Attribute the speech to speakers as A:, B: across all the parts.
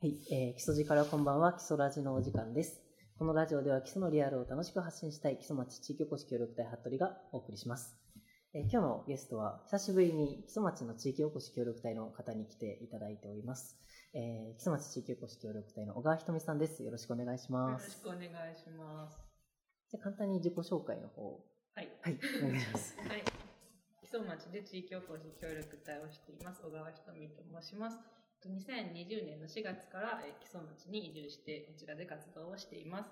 A: はい、えー、基礎寺からこんばんは、基礎ラジのお時間です。このラジオでは基礎のリアルを楽しく発信したい基礎町地域おこし協力隊服部がお送りします。えー今日のゲストは久しぶりに基礎町の地域おこし協力隊の方に来ていただいております。えー、基礎町地域おこし協力隊の小川ひとみさんです。よろしくお願いし
B: よ
A: ま
B: ろ
A: す
B: し。くお願いします。
A: じゃあ簡単に自己紹介の方を
B: はい。
A: はい、お願いします。
B: はい。木曽町で地域おこし協力隊をしています。小川ひとみと申します。えっと2020年の4月からえー木曽町に移住して、こちらで活動をしています。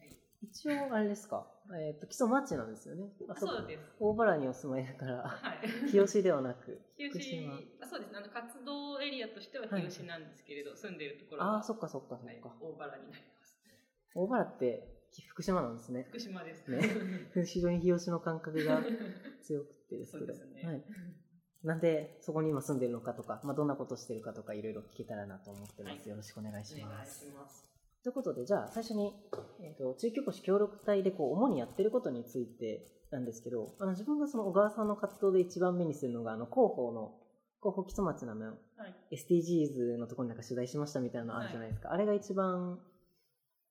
B: はい。
A: 一応、あれですか、えっ、と、基礎町なんですよね。あ
B: あそ
A: か
B: うです。
A: 大原にお住まいだ から、
B: はい。
A: 日吉ではなく。
B: 日
A: 福
B: 吉
A: 島
B: あそうですね。あの活動エリアとしては
A: はい
B: 日吉なんですけれど、住んでいるところ
A: あ
B: は
A: あ、そっかそっかそ
B: は
A: っ
B: い
A: か。
B: 大原になります。
A: 大原って福島なんですね。
B: 福島です。
A: ね 非常に日吉の感覚が強くてです
B: そ
A: け
B: う
A: ど。
B: ですね。
A: はい、なんで、そこに今住んでるのかとか、まあ、どんなことしてるかとか、いろいろ聞けたらなと思ってます。
B: はい
A: よろしくお願いし
B: お願
A: ま
B: いし
A: す。
B: ます。
A: ということで、じゃあ、最初に、えっと地域おこし協力隊でこう主にやってることについてなんですけど、あの自分がその小川さんの活動で一番目にするのが、あの広報の、広報基礎町の面
B: はい。
A: SDGs のところになんか取材しましたみたいなのあるじゃないですか、あれが一番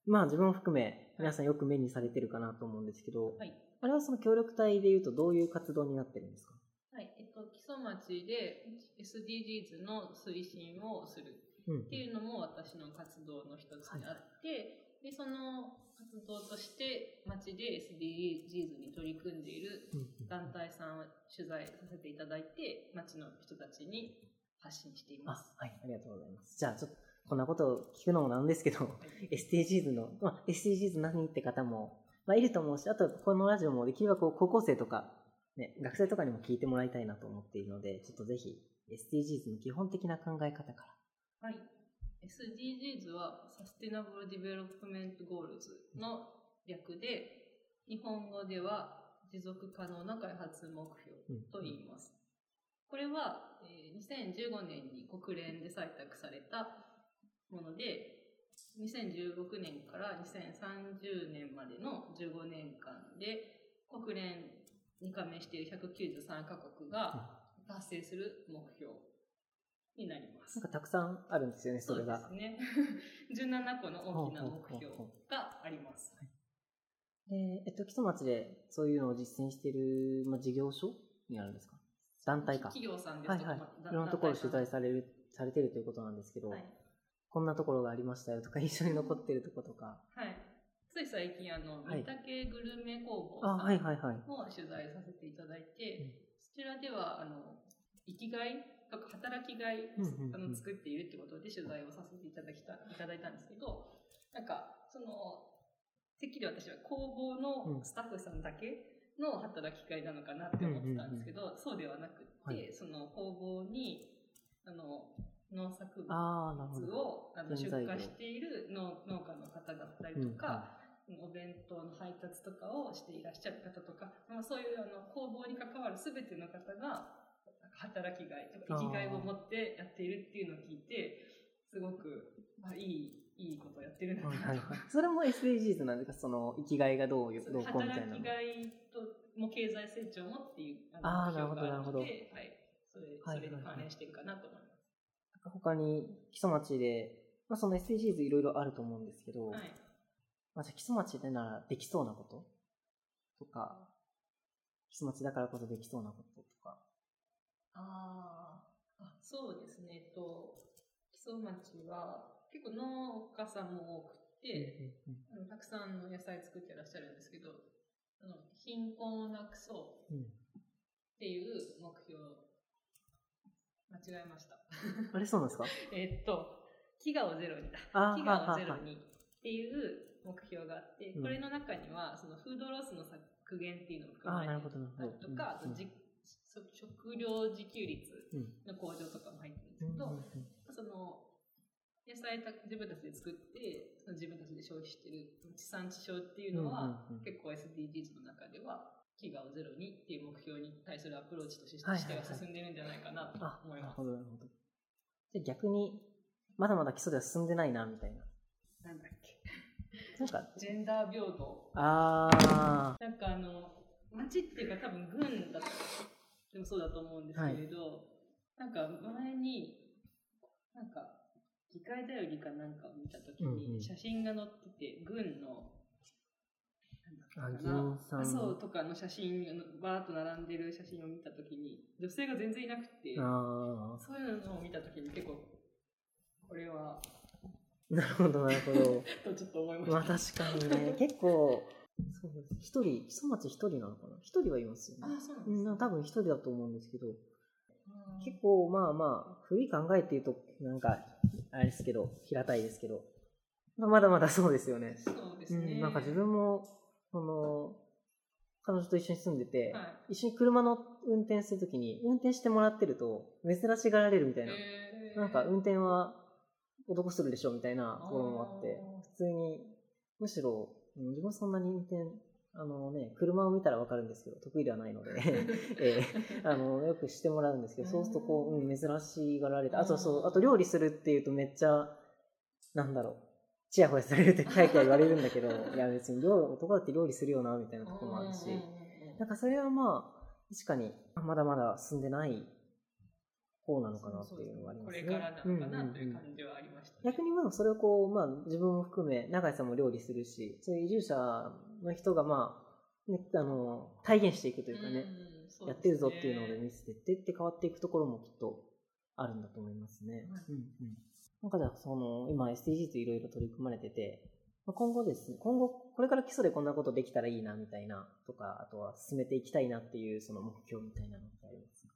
A: まあ自分を含め皆さんよく目にされてるかなと思うんですけど、
B: はい
A: あれはその協力隊でいうとどういう活動になってるんですか
B: はい、えっと、基礎町で SDGs の推進をする
A: うん
B: っていうのも私の活動の一つにあって、で、その活動として町で SDGs に取り組んでいる
A: うん
B: 団体さんを取材させていただいて、町の人たちに発信していま
A: あ
B: す。
A: はいありがとうございますじゃあちょっとこんなことを聞くのもなんですけど
B: はい
A: SDGs の、まあ、SDGs 何って方も、まあ、いると思うしあとこのラジオもできればこう高校生とか、ね、学生とかにも聞いてもらいたいなと思っているのでちょっとぜひ SDGs の基本的な考え方から
B: はい。SDGs はサステナブルディベロップメントゴールズの略で、日本語では持続可能な開発目標と言います。これは、えー2015年に国連で採択されたもので、2016年から2030年までの15年間で、国連に加盟している193カ国が達成する目標になります
A: なん。かたくさんあるんですよね、そ
B: そう
A: れ
B: で
A: が。
B: すね。17個の大きな目標があります。
A: で、えっと、木曽町でそういうのを実践している、まあ、事業所にあるんですか団体か。
B: 企業さんで
A: は
B: す
A: い
B: と
A: はい。
B: か
A: い
B: まあ
A: ろんなところを取材
B: 団
A: される、されてるということなんですけど、
B: 体さんはい。
A: こんなところがありましたよ とか、一緒に残ってるとことか。
B: はい。つい最近、あの、
A: はい
B: 三宅グルメ工
A: あ、
B: 房さ
A: はい
B: ん
A: はいはい。
B: も取材させていただいて、
A: うん
B: そちらでは、あの、生きがいとか働きがいを、
A: うんうんうん
B: あの作っているってことで取材をさせていただきた、いただいたんですけど、なんか、その、てっきり私は工房
A: うん
B: のスタッフさんだけの働きがいなのかなって思ってたんですけど、そうではなくって、
A: はい
B: その工房に、あの、農作物
A: あー、なるほど。
B: をあの
A: 原
B: 出
A: 材料
B: 荷している農農家の方だったりとか、お弁当の配達とかをしていらっしゃる方とか、まあ、そういうあの工房に関わる全ての方が働きがいとか
A: あー
B: 生きがいを持ってやっているっていうのを聞いてすごくあいいいいことやってるんだ
A: は
B: ないと、
A: はいはい。それも SDGs なんですかその、生きがいがどうよ、
B: そう
A: どうこうみたいな
B: 働
A: の
B: き。がいとも経済成長もっていう
A: あー
B: あの目標が
A: なるほど
B: あるのではい、それ
A: はい
B: それに
A: はいはい
B: 関連してるかなと思います。
A: 他に、木曽町で、まあ、その SDGs いろいろあると思うんですけど、
B: はい
A: まあ、じゃあ基礎町でならできそうなこととか、基礎町だからこそできそうなこととか。
B: あーあ、そうですね。えっと、木曽町は結構農家さんも多くて、あのたくさんの野菜作ってらっしゃるんですけど、あの貧困をなくそう
A: うん
B: っていう目標、間違えました。
A: あれそうなんですか
B: えっと、飢餓をゼロにだ。
A: あー
B: 飢餓をゼ
A: はは
B: ロ
A: は
B: にっていう目標があって
A: う、ん
B: これの中にはそのフードロスの削減っていうのも含
A: あ
B: ま
A: あ、
B: れ
A: な
B: て
A: るほど、な
B: た
A: る
B: り
A: ほど。
B: とか、あ
A: う
B: と
A: ん
B: じそ食料自給率
A: うん
B: の向上とかも入ってるんです
A: うん
B: けど、
A: うん
B: その野菜た自分たちで作ってその自分たちで消費してる地産地消っていうのは、
A: うんうんうん
B: 結構 SDGs の中では飢餓をゼロにっていう目標に対するアプローチとして
A: はいはい
B: しては進んでるんじゃないかなと
A: あ、
B: 思
A: ないる
B: ます。
A: ほど、なるほど。じゃあ逆に、まだまだ基礎では進んでないな、みたいな。
B: なんだっけ
A: なんか、
B: ジェンダー平等
A: ああ、
B: なんかあの町っていうか多分郡だとでもそうだと思うんですけれど、なんか前になんか、議会だよりかなんかを見たとき
A: うんうん
B: に、写真が載ってて、軍の、
A: あ
B: なんだったかな
A: 銀さん
B: 麻生とかの写真がバーッと並んでる写真を見たときに、女性が全然いなくて、
A: あ
B: そういうのを見たときに結構、これは、
A: あなるほどなるほど
B: とちょっと思いました。
A: まあ確かにね結構そうです一人木曽町一人なのかな一人はいますよね
B: あ、そうなん
A: う
B: です
A: ん
B: ね
A: 多分一人だと思うんですけど
B: うん
A: 結構まあまあ古い考えっていうとなんかあれですけど平たいですけどまあまだまだそうですよね
B: そうです
A: う
B: ね。
A: ん、なんか自分もその彼女と一緒に住んでて、
B: はい。
A: 一緒に車の運転するときに運転してもらってると珍しがられるみたいな、
B: え
A: なんか運転は男するでしょみたいなところもあって
B: あー
A: 普通にむしろうん自分はそんなに運転あのね車を見たらわかるんですけど得意ではないので、 えーあのよくしてもらうんですけどそうするとこう、うん、珍しがられてあとそうあと料理するっていうとめっちゃなんだろうちやほやされるってキャーキャー言われるんだけ どいや別に料男だって料理するよなみたいなとこもあるし
B: うんうんうんうん
A: なんかそれはまあ確かにまだまだ進んでない方なのかなっていうのはありますね。
B: これからなのかなという
A: うんうんうん
B: 感じはありました、ね
A: 逆にまあそれをこう、まあ、自分も含め永井さんも料理するしそういう移住者の人がまあ、ね、あの体現していくというかね、
B: うんそうですね
A: やってるぞっていうので見せてってって変わっていくところもきっとあるんだと思いますね。
B: はい
A: うんうん、なんかじゃあその今 SDGs いろいろ取り組まれててまあ今後ですね今後これから基礎でこんなことできたらいいなみたいなとかあとは進めていきたいなっていうその目標みたいなのってありますか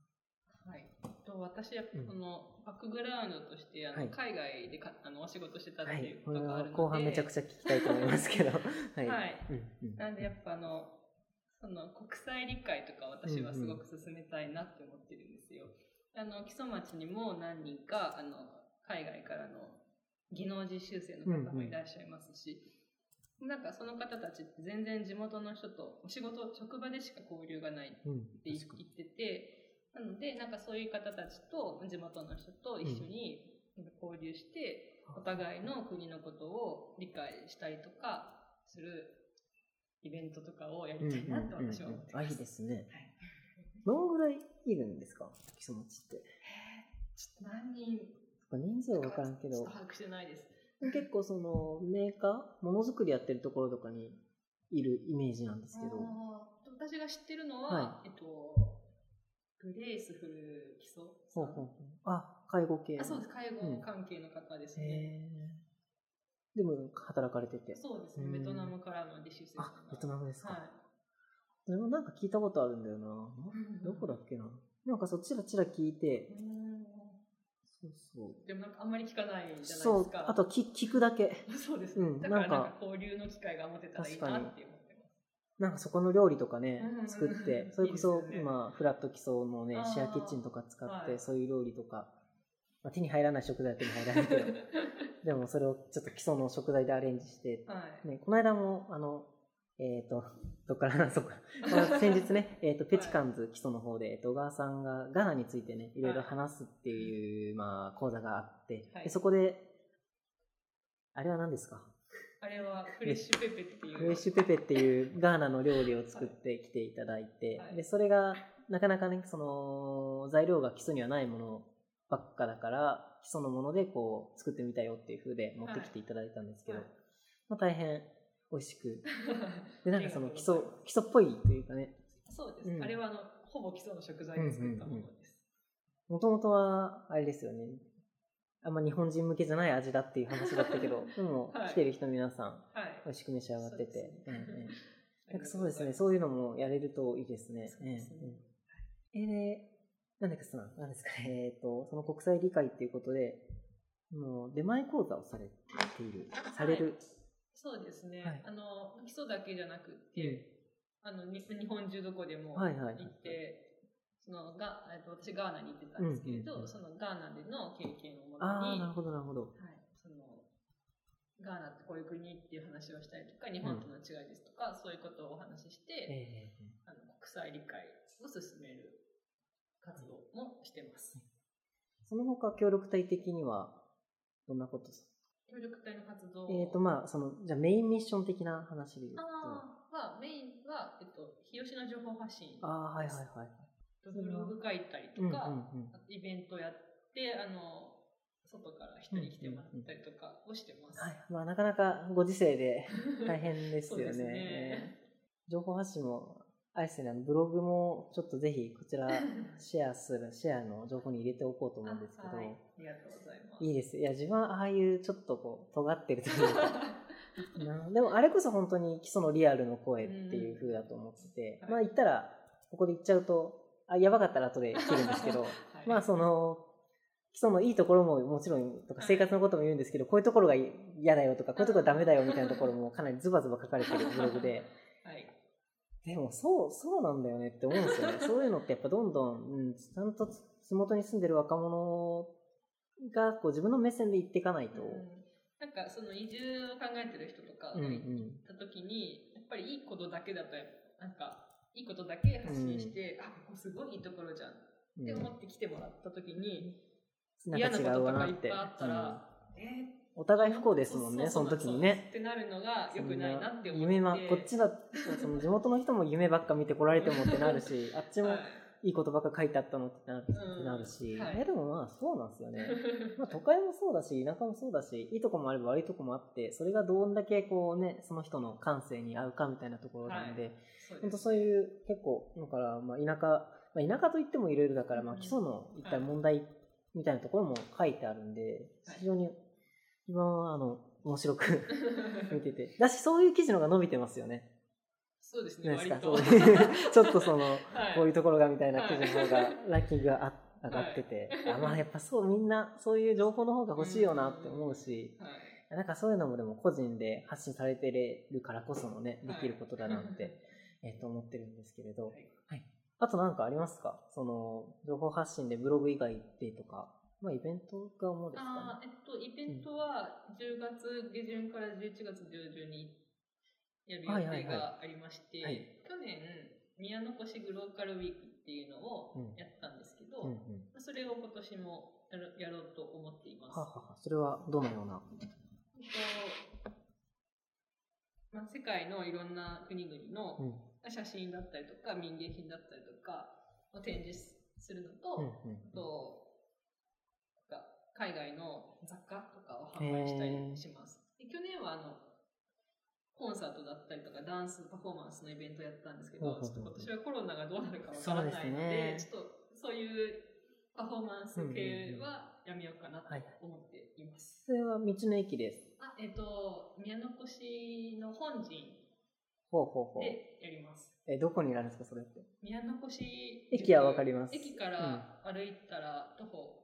B: はい、と私は
A: うん
B: このバックグラウンドとしてあの、
A: はい
B: 海外でかあのお仕事してたって、
A: はいいう
B: こ
A: これ
B: とがあ
A: は
B: るので、
A: 後半めちゃくちゃ聞きたいと思いますけ ど、はい、
B: はい
A: うんうん
B: なんでやっぱあのその国際理解とか私はすごく進めたいなって思ってるんですよ。あの木曽町にも何人かあの海外からの技能実習生の方もいらっしゃいますし、なんかその方たちって全然地元の人とお仕事職場でしか交流がない
A: うん
B: って言ってて、なので、なんかそういう方たちと、地元の人と一緒に交流して、お互いの国のことを理解したりとかするイベントとかをやりたいなって私は思って
A: あ
B: ま
A: いい
B: す。
A: ですね
B: はい
A: どんぐらいいるんですか基礎持ちって
B: ちょっと何人
A: そっか人数は分からんけ
B: ちょ
A: ど
B: っと把握してないです。
A: 結構そのメーカーものづくりやってるところとかにいるイメージなんですけど
B: あー私が知ってるのは、
A: は
B: えっと、グレイスフル基礎
A: ほうほうほうあ介護系
B: あ、そうです。介護関係の方です
A: へ
B: ね。
A: ーでも働かれてて
B: そうですね。
A: うん
B: ベトナムからの実習生さん
A: あ
B: が
A: ベトナムですか、
B: はい。
A: それもなんか聞いたことあるんだよなどこだっけななんかそちらちら聞いて
B: うん
A: そうそう
B: でもなんかあんまり聞かないじゃないですか。
A: そうあと聞聞くだけ
B: そうです
A: う
B: ね。
A: ん
B: だか
A: な
B: らなんん
A: か
B: か交流の機会が持てたらいいなって思ってます。
A: なんかそこの料理とかね
B: うんうんう、ん
A: 作っ
B: いいです
A: て
B: ね、
A: それこそ今、フラット基礎のね
B: あ、ー
A: シェアキッチンとか使っ
B: は
A: て、
B: い
A: そういう料理とか、まあ手に入らない食材は手に入らないけど、でもそれをちょっと基礎の食材でアレンジして、
B: はい。
A: ね、この間も、あの、えっ、と、どっから な、そっか。まあ先日ね、えっ、と、ペチカンズ基礎の方で、えっと、小川さんがガーナについてね、いろいろ話すっていう、まあ、講座があって、
B: はい
A: でそこで、あれは何ですか
B: あれはフレッシュペペっていう。
A: フレッシュペペっていうガーナの料理を作ってきていただいて、
B: はい
A: でそれがなかなかねその材料が基礎にはないものばっかだから基礎のものでこう作ってみたよっていう風で持ってきていただいたんですけど、
B: はい
A: まあ、大変美味しくで
B: ペ
A: なんかそ の基礎基礎っぽいというかね
B: そうです、
A: うん
B: あれはあのほぼ基礎の食材で作ったものです。
A: もともとはあれですよねあんま日本人向けじゃない味だっていう話だったけ どでも
B: はい
A: 来てる人皆さん
B: はい。
A: 美味しく召し上がってて。
B: そうですね
A: うんう んなんかそうですね、そういうのもやれるといいですね。
B: そうですね
A: ええで、なんだかその、なんですかね、えっ、と、その国際理解っていうことで、もう出前講座をされている、される。
B: そうですね。
A: はい
B: あの基礎だけじゃなく
A: う
B: て、あのに日本中どこでも行
A: は
B: っ
A: い
B: て、
A: はいはい
B: そのがえっと私ガーナに行ってたんですけれど、
A: うんうんうん
B: そのガーナでの経験をも
A: ん、あ
B: と
A: あ、
B: に、
A: なる
B: はい、
A: ほど、なるほど。
B: そのガーナってこういう国っていう話をしたりとか日本との違いですとか、そういうことをお話しし
A: ええ
B: て、あの国際理解を進める活動もしてます。
A: その他協力隊的には、どんなことです
B: 協力隊の活動
A: かえっ、と、まあ、その、じゃあメインミッション的な話で言うと。
B: あーはメインは、えっと、日吉の情報発信
A: ああ、はいはいはい。
B: ブログ書いたりと
A: うんうん
B: か、
A: うん。
B: イベントやってあの外から人に来てもらったりとかをしてます。
A: はいまあ、なかなかご時世で 大変ですよ
B: そう
A: ね。
B: ですね
A: ね情報発信も、あれですね、あのブログもちょっとぜひこち らシェアする、シェアの情報に入れておこうと思うんですけど、
B: あはい
A: い、
B: ありがとうございます。
A: いです。いや、自分はああいうちょっとこう、尖ってると いうか、なでもあれこそ本当に基礎のリアルの声っていう風だと思ってて、
B: うん
A: まあ言ったら、ここで言っちゃうと、あ、やばかったら後で切るんですけど、
B: はい
A: まあその基礎のいいところももちろんとか生活のことも言うんですけどこういうところが嫌だよとかこういうところダメだよみたいなところも かなりズバズバ書かれてるブログで
B: はい、
A: でもそうそうなんだよねって思うんですよ ねそういうのってやっぱどんどん、うん、ちゃんと地元に住んでる若者がこう自分の目線で言っていかないと、
B: うんなんかその移住を考えてる人とか
A: うんう
B: が行っ
A: ん、
B: た時に、やっぱりいいことだけだとなんかいいことだけ発信して、あここすごいいいところじゃん
A: う
B: って
A: ん
B: 思って来てもらった時に、
A: なん
B: 嫌
A: か
B: な
A: 違
B: こと
A: う
B: と
A: わな
B: かい
A: っ
B: ってぱいあった
A: うん
B: ら、えー
A: お互い不幸ですもんね
B: う
A: そうの
B: う
A: 時
B: う
A: にね
B: ってなるのが良くないなって思って。
A: 夢はこっちだその地元の人も夢ばっか見てこられてもってなるしあっちも
B: はい
A: いいことばっか書いてあったのってな
B: うん
A: なるし、
B: はい
A: えでもまあそうなんですよ ねまあ都会もそうだし田舎もそうだしいいとこもあれば悪いとこもあってそれがどんだけこうねその人の感性に合うかみたいなところなんで、
B: そう
A: 本
B: で
A: 当
B: す
A: そういう結構だからまあ田舎、まあ、田舎といってもいろいろだから、まあ、
B: うん
A: 基礎の一体問題みたいなところも書いてあるんで
B: はい
A: 非常に今はあの面白く 見ててだしそういう記事の方が伸びてますよね。
B: そうですね、
A: ないです
B: 割
A: か
B: と。
A: そう いうちょっとその
B: はい
A: こういうところがみたいな記事の方
B: は
A: が
B: い
A: ランキングがあ上がってて、あまあやっぱそうみんなそういう情報の方が欲しいよなって思うし、
B: はい
A: なんかそういうのもでも個人で発信されてるからこそのねできることだなって、えっと思ってるんですけれど、
B: は
A: はいいあと何かありますかその情報発信でブログ以外でとか、まあ、イベントが主ですか
B: あーえっと、イベントは10月下旬から11月上旬にやる予
A: はいはい
B: 定
A: はい
B: がありまして、
A: はい
B: 去年、宮の越グローカルウィークっていうのを
A: うん
B: やったんですけ
A: ね、
B: ど、
A: うんうん、
B: それを今年もやるやろうと思っています。
A: はははそれはどのような
B: えっとまあ、世界のいろんな国々の、
A: うん
B: 写真だったりとか民芸品だったりとかを展示するのと、
A: うん
B: あとなんか海外の雑貨とかを販売したりします。で去年はあのコンサートだったりとかダンスパフォーマンスのイベントやったんですけど、
A: ほうほう
B: ちょっと今年はコロナがどうなるかわからないので
A: そうですね
B: ちょっとそういうパフォーマンス系はやめようかなと思っています。
A: それは道の駅です
B: あえっ、と宮の越の本陣
A: ほうほうほう
B: でやります。
A: えどこになるんですかそれって
B: 宮の越
A: 駅はわかります
B: 駅から歩いたら徒歩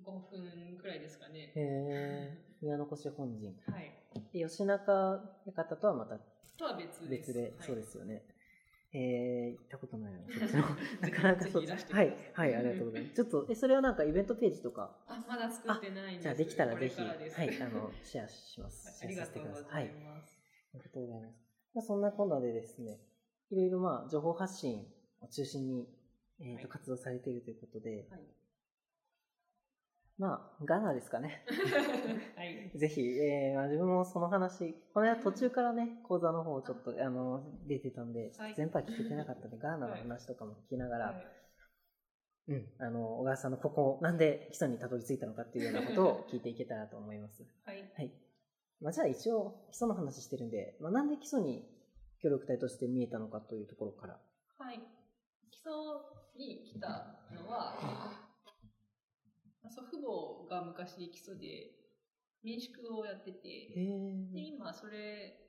B: 5分くらいですか
A: へ。
B: ね
A: え宮の越本陣
B: はい。
A: で吉中館とはまた
B: とは別です。
A: 別で、
B: はい、
A: そうですよねえー、行ったことないなそっち
B: ぜ
A: の
B: ひ。
A: なかなか
B: ぜ
A: そっ
B: ひ い
A: ち
B: らしてくだ
A: は
B: さ
A: いはいありがとうございますちょっとえそれはなんかイベントページとか
B: あ、まだ作ってないんです。
A: じゃあできたら
B: こ
A: ぜ
B: れ
A: ひ
B: からです
A: はいあのシェアします
B: あ
A: シェ
B: り
A: ア
B: が
A: させ
B: と
A: て
B: う
A: くだ
B: ご
A: さい
B: ざ
A: はいい
B: ます。
A: ありがとうございます。まあ、そんなこんなでですね、いろいろまあ情報発信を中心に、えー
B: は
A: と
B: い
A: 活動されているということで、
B: はい
A: まあガナですかね。
B: はい。
A: ぜひ、えーまあ、自分もその話、この間途中からね、講座の方ちょっとあの出てたんで、
B: はい
A: 全般聞けてなかったんで、ガーナの話とかも聞きながら、
B: はい
A: うん、あの小川さんのここ、なんで基礎にたどり着いたのかっていうようなことを聞いていけたらと思います。
B: はい。
A: はい。まあ、じゃあ一応基礎の話してるんで、まあ、なんで基礎に協力隊として見えたのかというところから。
B: はい。基礎に来た のは、祖父母が昔基礎で民宿をやってて、
A: へ
B: で
A: え。
B: 今それ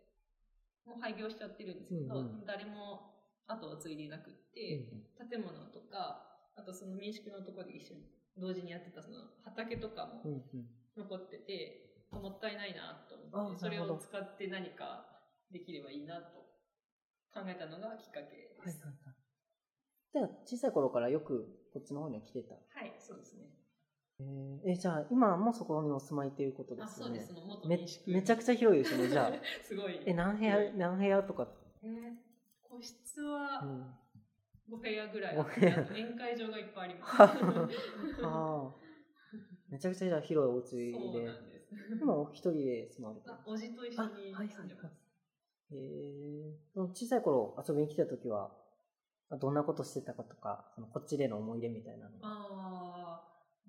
B: もう廃業しちゃってるんですけど、
A: うんうん
B: 誰も後を継いでいなくって、建物とかあとその民宿のとこで一緒に同時にやってたその畑とか
A: う
B: も
A: んうん。
B: 残ってて、もったいないなと
A: あな
B: 思
A: るほ
B: っ
A: ど
B: てそれを使って何かできればいいなと考えたのがきっかけ
A: はいは
B: で
A: い
B: す。
A: はい。じゃあ小さい頃からよくこっちの方には来てた。
B: はい、そうですね。
A: えーじゃあ今もそこにお住まいということで
B: あ、
A: す
B: そ
A: よ
B: うで
A: ね
B: す。ね。元
A: め
B: 民宿。
A: めちゃくちゃ広いですね、じゃあ。
B: すごい。
A: え、何部屋、何部屋とか。
B: えー個室は
A: うん、
B: 5部屋ぐらいあって、
A: 五部屋
B: あと宴会場がいっぱいありま す。
A: ああ。めちゃくちゃじゃあ広いお家
B: そう
A: で
B: な。んです。
A: 今お一人で住まれてる
B: あ、おじと一緒に住んでます。
A: へえ。その小さい頃遊びに来てた時は、どんなことしてたかとか、そのこっちでの思い出みたいなのは。
B: あ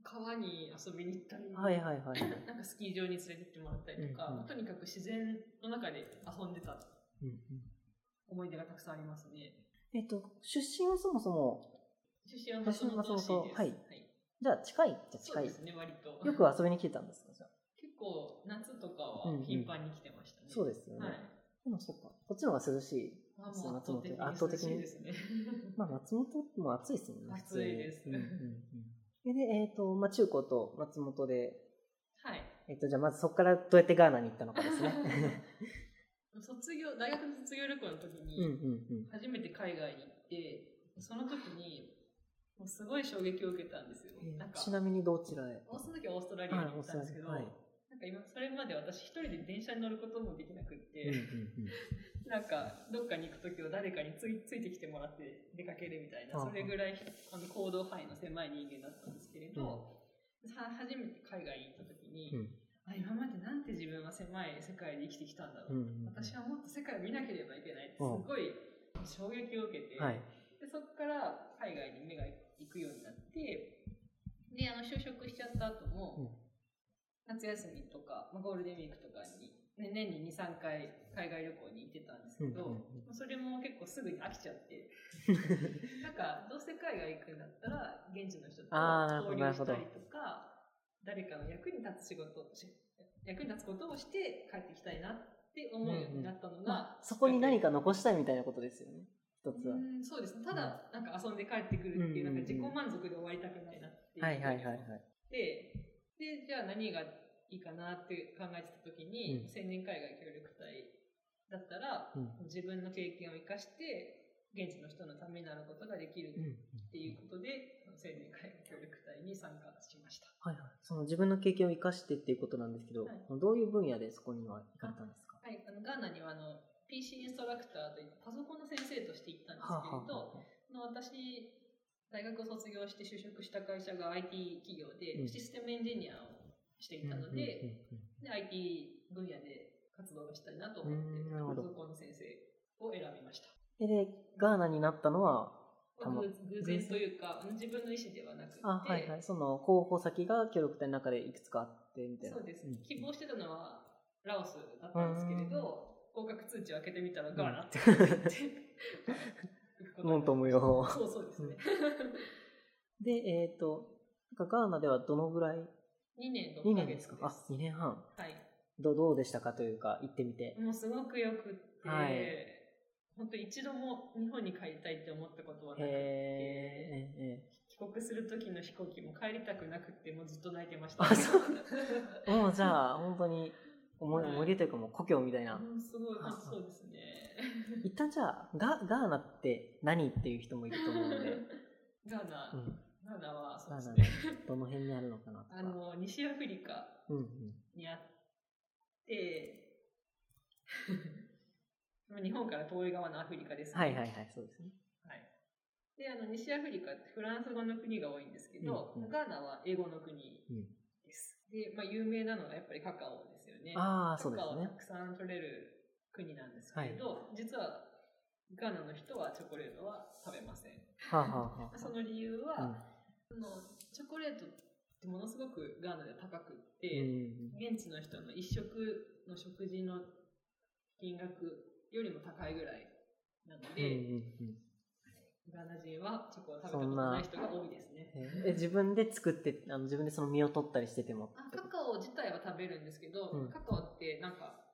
B: 川に遊びに行ったり、
A: はいはいはい。
B: なんかスキー場に連れてってもらったりとか、
A: うんうん
B: とにかく自然の中で遊んでた
A: うん うん
B: 思い出がたくさんありますね。
A: えっと、出身はそもそも、
B: 出身は松
A: 出
B: 本市です。
A: 身は松本はいじゃあ近いっちゃ
B: そ
A: 近
B: う
A: い。
B: ですね、割と。
A: よく遊びに来てたんですかじゃあ
B: 結構夏とかは
A: うんうん
B: 頻繁に来てましたね。
A: そうですよね。
B: はい。
A: でもそっか。こっちの方が涼しい。
B: あも
A: そう
B: う圧倒的に
A: 松本
B: 涼しいですね。
A: まあ、松本も暑いですもんね。普通に
B: 暑いです
A: うんうんうん、 で、えっ、と、まあ、中高と松本で、
B: はい。
A: えっ、と、じゃあまずそこからどうやってガーナに行ったのか ですね。
B: 卒業、大学の卒業旅行の時
A: うんうん
B: に、
A: うん。
B: 初めて海外に行って、その時に、もうすごい衝撃を受けたんですよ。
A: えー
B: なんか、
A: ちなみにどちらへ
B: オーストラリアはオーストラリ
A: は
B: ア
A: い、
B: に行
A: お
B: ったんですけど、
A: はい。
B: なんか今、それまで私一人で電車に乗ることもできなく
A: う
B: っ
A: んうん
B: て、なんか、どっかに行くときは誰かについついてきてもらって出かけるみたいな、
A: あ
B: それぐらいあの行動範囲の狭い人間だったんですけれど、さ初めて海外に行ったときに、
A: うん
B: あ、今までなんて自分は狭い世界で生きてきたんだろ
A: うん
B: う。
A: うんうん。
B: 私はもっと世界を見なければいけないって、す
A: うん
B: ごい衝撃を受けて、
A: はい。
B: でそこから海外に目が行くようになってであの就職しちゃった後も、夏休みとか、まあ、ゴールデンウィークとかに、ね、年に23回海外旅行に行ってたんですけど、
A: うんうん
B: まあそれも結構すぐに飽きちゃって なんかどうせ海外行くんだったら現地の人と
A: あーなるほど
B: 交流したりとか誰かの役に立つ仕事をし役に立つことをして帰ってきたいなって思うようになったのが、
A: そこに何
B: か
A: か残したいみたいなことですよね。一つは。
B: うんそうですね。ただ、なんか遊んで帰ってくるっていう、
A: う
B: なんん
A: うん
B: か
A: うん
B: 自己満足で終わりたくないなっていう。
A: はいはいはいはい。
B: で、で、じゃあ何がいいかなって考えてた時に、
A: うん
B: 青年海外協力隊だったら、
A: うん
B: 自分の経験を生かして、現地の人のためになることができる
A: うんうん
B: っていうことで、青年海外協力隊に参加しました。
A: はいはい、その自分の経験を生かしてっていうことなんですけど、
B: はい
A: どういう分野でそこには行かれたんですか
B: はい、あのガーナにはあの PC インストラクターというパソコンの先生として行ったんですけれど、の私大学を卒業して就職した会社が IT 企業で、
A: うん
B: システムエンジニアをしていたので,、で IT 分野で活動がしたいなと思っ
A: うん
B: て
A: なるほど
B: パソコンの先生を選びました
A: うんうんうんで、ガーナになったのは、たま
B: 偶偶然というか自分の意思ではなくて、
A: あ、はいはい。その候補先が協力隊の中でいくつかあって、みたいな。
B: そうです、
A: ん
B: 希望してたのはラオスだったんですけれど合格通知を開けてみたらガーナって書いてあって行くことになりました
A: もんともよ
B: そうそうですね、
A: で、えっ、と、なんかガーナではどのぐらい
B: 2年
A: ?2
B: 6ヶ
A: 年
B: 月
A: ですかあ、2年半。
B: はい
A: どどうでしたかというか、行ってみて。
B: もうすごくよくって、
A: はい
B: 本当一度も日本に帰りたいって思ったことは
A: へ
B: な
A: ー
B: く
A: えー、え
B: 帰国する時の飛行機も帰りたくなくてもうずっと泣いてました、
A: あそう
B: う
A: ーもうじゃあ、 本当に思い、
B: はい
A: 思い出というかもう故郷みたいな。
B: んすごい本当そうです ね
A: 一旦じゃあ、ガガーナって何っていう人もいると思うので、
B: ガーナ、
A: うん
B: ガーナはそう
A: ガ
B: で
A: ー
B: す
A: ナ
B: ね
A: どの辺にあるのかなとか。
B: あの西アフリカ
A: うんうん。
B: にあ ってまあ日本から遠い側のアフリカですね
A: はいはいはい、そうですね。
B: はい、であの西アフリカってフランス語の国が多いんですけど、
A: うんうん
B: ガーナは英語の国です、で、まあ、有名なのがやっぱりカカオですよね
A: ああ、
B: カ
A: そうで
B: カ
A: す
B: オた
A: ね。
B: くさん取れる国なんですけれど、実はガーナの人はチョコレートは食べません
A: はあ、はあはあ
B: その理由
A: うん
B: は、そのチョコレートってものすごくガーナでは高くっ
A: うん
B: て、
A: うん
B: 現地の人の一食の食事の金額よりも高いぐらいなの
A: うんう
B: で、
A: んうん
B: ガーナ人はチョコを食べたことない人が多いですね。
A: えーえ自分で作ってあの自分でその実を取ったりしてても
B: あカカオ自体は食べるんですけど、
A: うん
B: カカオってなんか、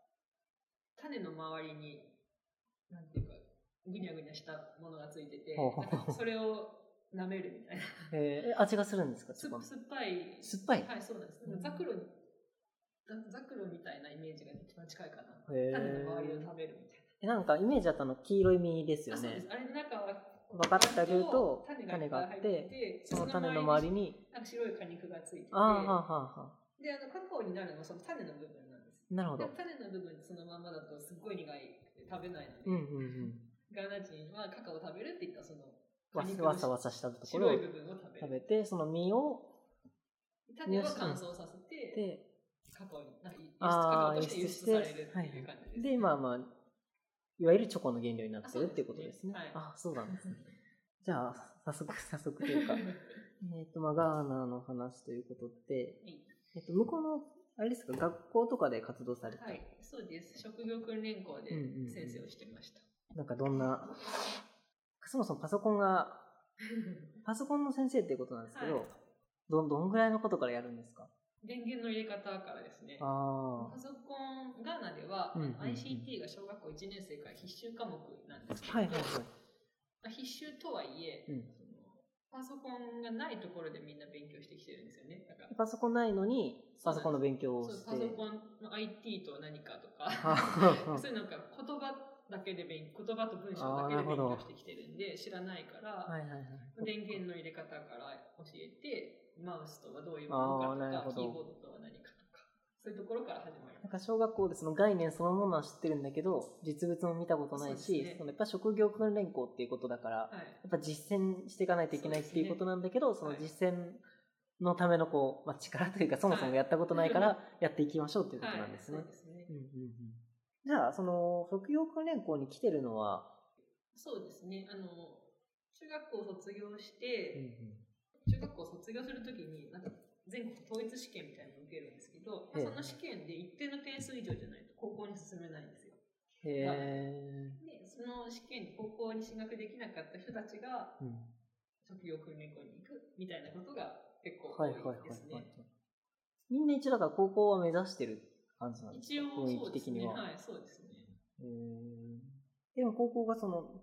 B: 種の周りに、なんていうか、ぐにゃぐにゃしたものがついてて、
A: ほうほうほう
B: なんかそれを舐めるみたいな。
A: えーえ味がするんですか
B: す
A: そこの
B: 酸っぱい。
A: 酸っぱい
B: はい、そうなんです。なんかザクロ、ザザクロみたいなイメージが一番近いかな。
A: へー
B: 種の周りを食べるみたい
A: えなんかイメージあったの黄色い実です
B: な。
A: よ
B: あ、そうで
A: ね
B: す。あれの中は、
A: バカってあげると
B: 種
A: 種
B: が
A: が
B: い
A: あ
B: っぱい入
A: っ
B: ってて、
A: その種の周り
B: に
A: に
B: なんか白い果肉がついてて、
A: あーはあはあはあ
B: で、あの、カカオになるのはその種の部分なんです。
A: なるほ
B: で
A: ど
B: 種の部分そのままだとすっごい苦いくて食べないので、
A: うんうんうん
B: ガーナ人はカカオを食べるって言ったらその
A: わ
B: 果肉の
A: わさわさしたところを
B: 白い部分を食べ
A: 食べ
B: る。
A: てその実を
B: 種は乾燥させて、
A: で
B: カカオに、なんか輸出カカ
A: あー
B: オとして輸
A: 輸出
B: 出
A: し
B: さ
A: て
B: れるっていう感じです。
A: でまあまあいわゆるチョコの原料になってるっていうことですね
B: あそうです
A: あそうな
B: ねはい
A: んですねじゃあ早速早速というかえっ、と、まあ、ガーナの話ということで、
B: はい
A: えっ、と、向こうの、あれですか、学校とかで活動されて、
B: はい、そうです。職業訓練校で
A: うんうんうん
B: 先生をしてました。
A: なんかどんな、そもそもパソコンが、パソコンの先生っていうことなんですけど、
B: はい
A: どん、どんぐらいのことからやるんですか
B: 電源の入れ方からですね。
A: あ
B: パソコン、ガーナでは、
A: うんうんうん
B: ICT が小学校1年生から必修科目なんですけ
A: あ。
B: ど、
A: はいはいはい。
B: まあ必修とはいえ、
A: うん
B: そのパソコンがないところでみんな勉強してきてるんですよね。だから
A: パソコンないのに、パソコンの勉強を
B: そう
A: して。
B: パソコンの IT とは何かとか、
A: あ
B: そういうなんか言葉だけで勉言葉と文章だけで勉強してきてるんで知らないから、
A: はいはいはい。
B: 電源の入れ方から教えてマウスとはどういうもの
A: あーなる
B: か
A: ほ
B: とか
A: ど
B: キーボードとは何かとかそういうところから始まり
A: な
B: ま
A: ん
B: す。
A: か小学校でその概念そのものは知ってるんだけど、実物も見たことないし、そ
B: そうですね
A: のやっぱ職業訓練校っていうことだから、
B: はい
A: やっぱ実践していかないといけないっていうことなんだけど、そ,、
B: そうですね
A: の実践のためのこう、まあ、力というか、そもそもやったことないか
B: は
A: らやっていきましょうっていうこと
B: はい
A: なんですね。
B: そうですね
A: うんうんうんじゃあ、その、職業訓練校に来てるのは、
B: そうですねあの中学校を卒業し
A: うんう
B: て、
A: ん
B: 中学校を卒業するときになんか全国統一試験みたいなのを受けるんですけど、まあ
A: ええ
B: その試験で一定の点数以上じゃないと高校に進めないんですよ。
A: へえ、
B: でその試験に高校に進学できなかった人たちが
A: うん
B: 職業訓練校に行くみたいなことが結構多
A: はい
B: い
A: はいはい
B: です
A: は
B: ね
A: い。。みんな一応だから高校は目指してる感じなんですか
B: 一応
A: 雰
B: そう
A: 囲気
B: です
A: 的に
B: ね。
A: は。
B: はい、そうですね。
A: へーでも高校がその、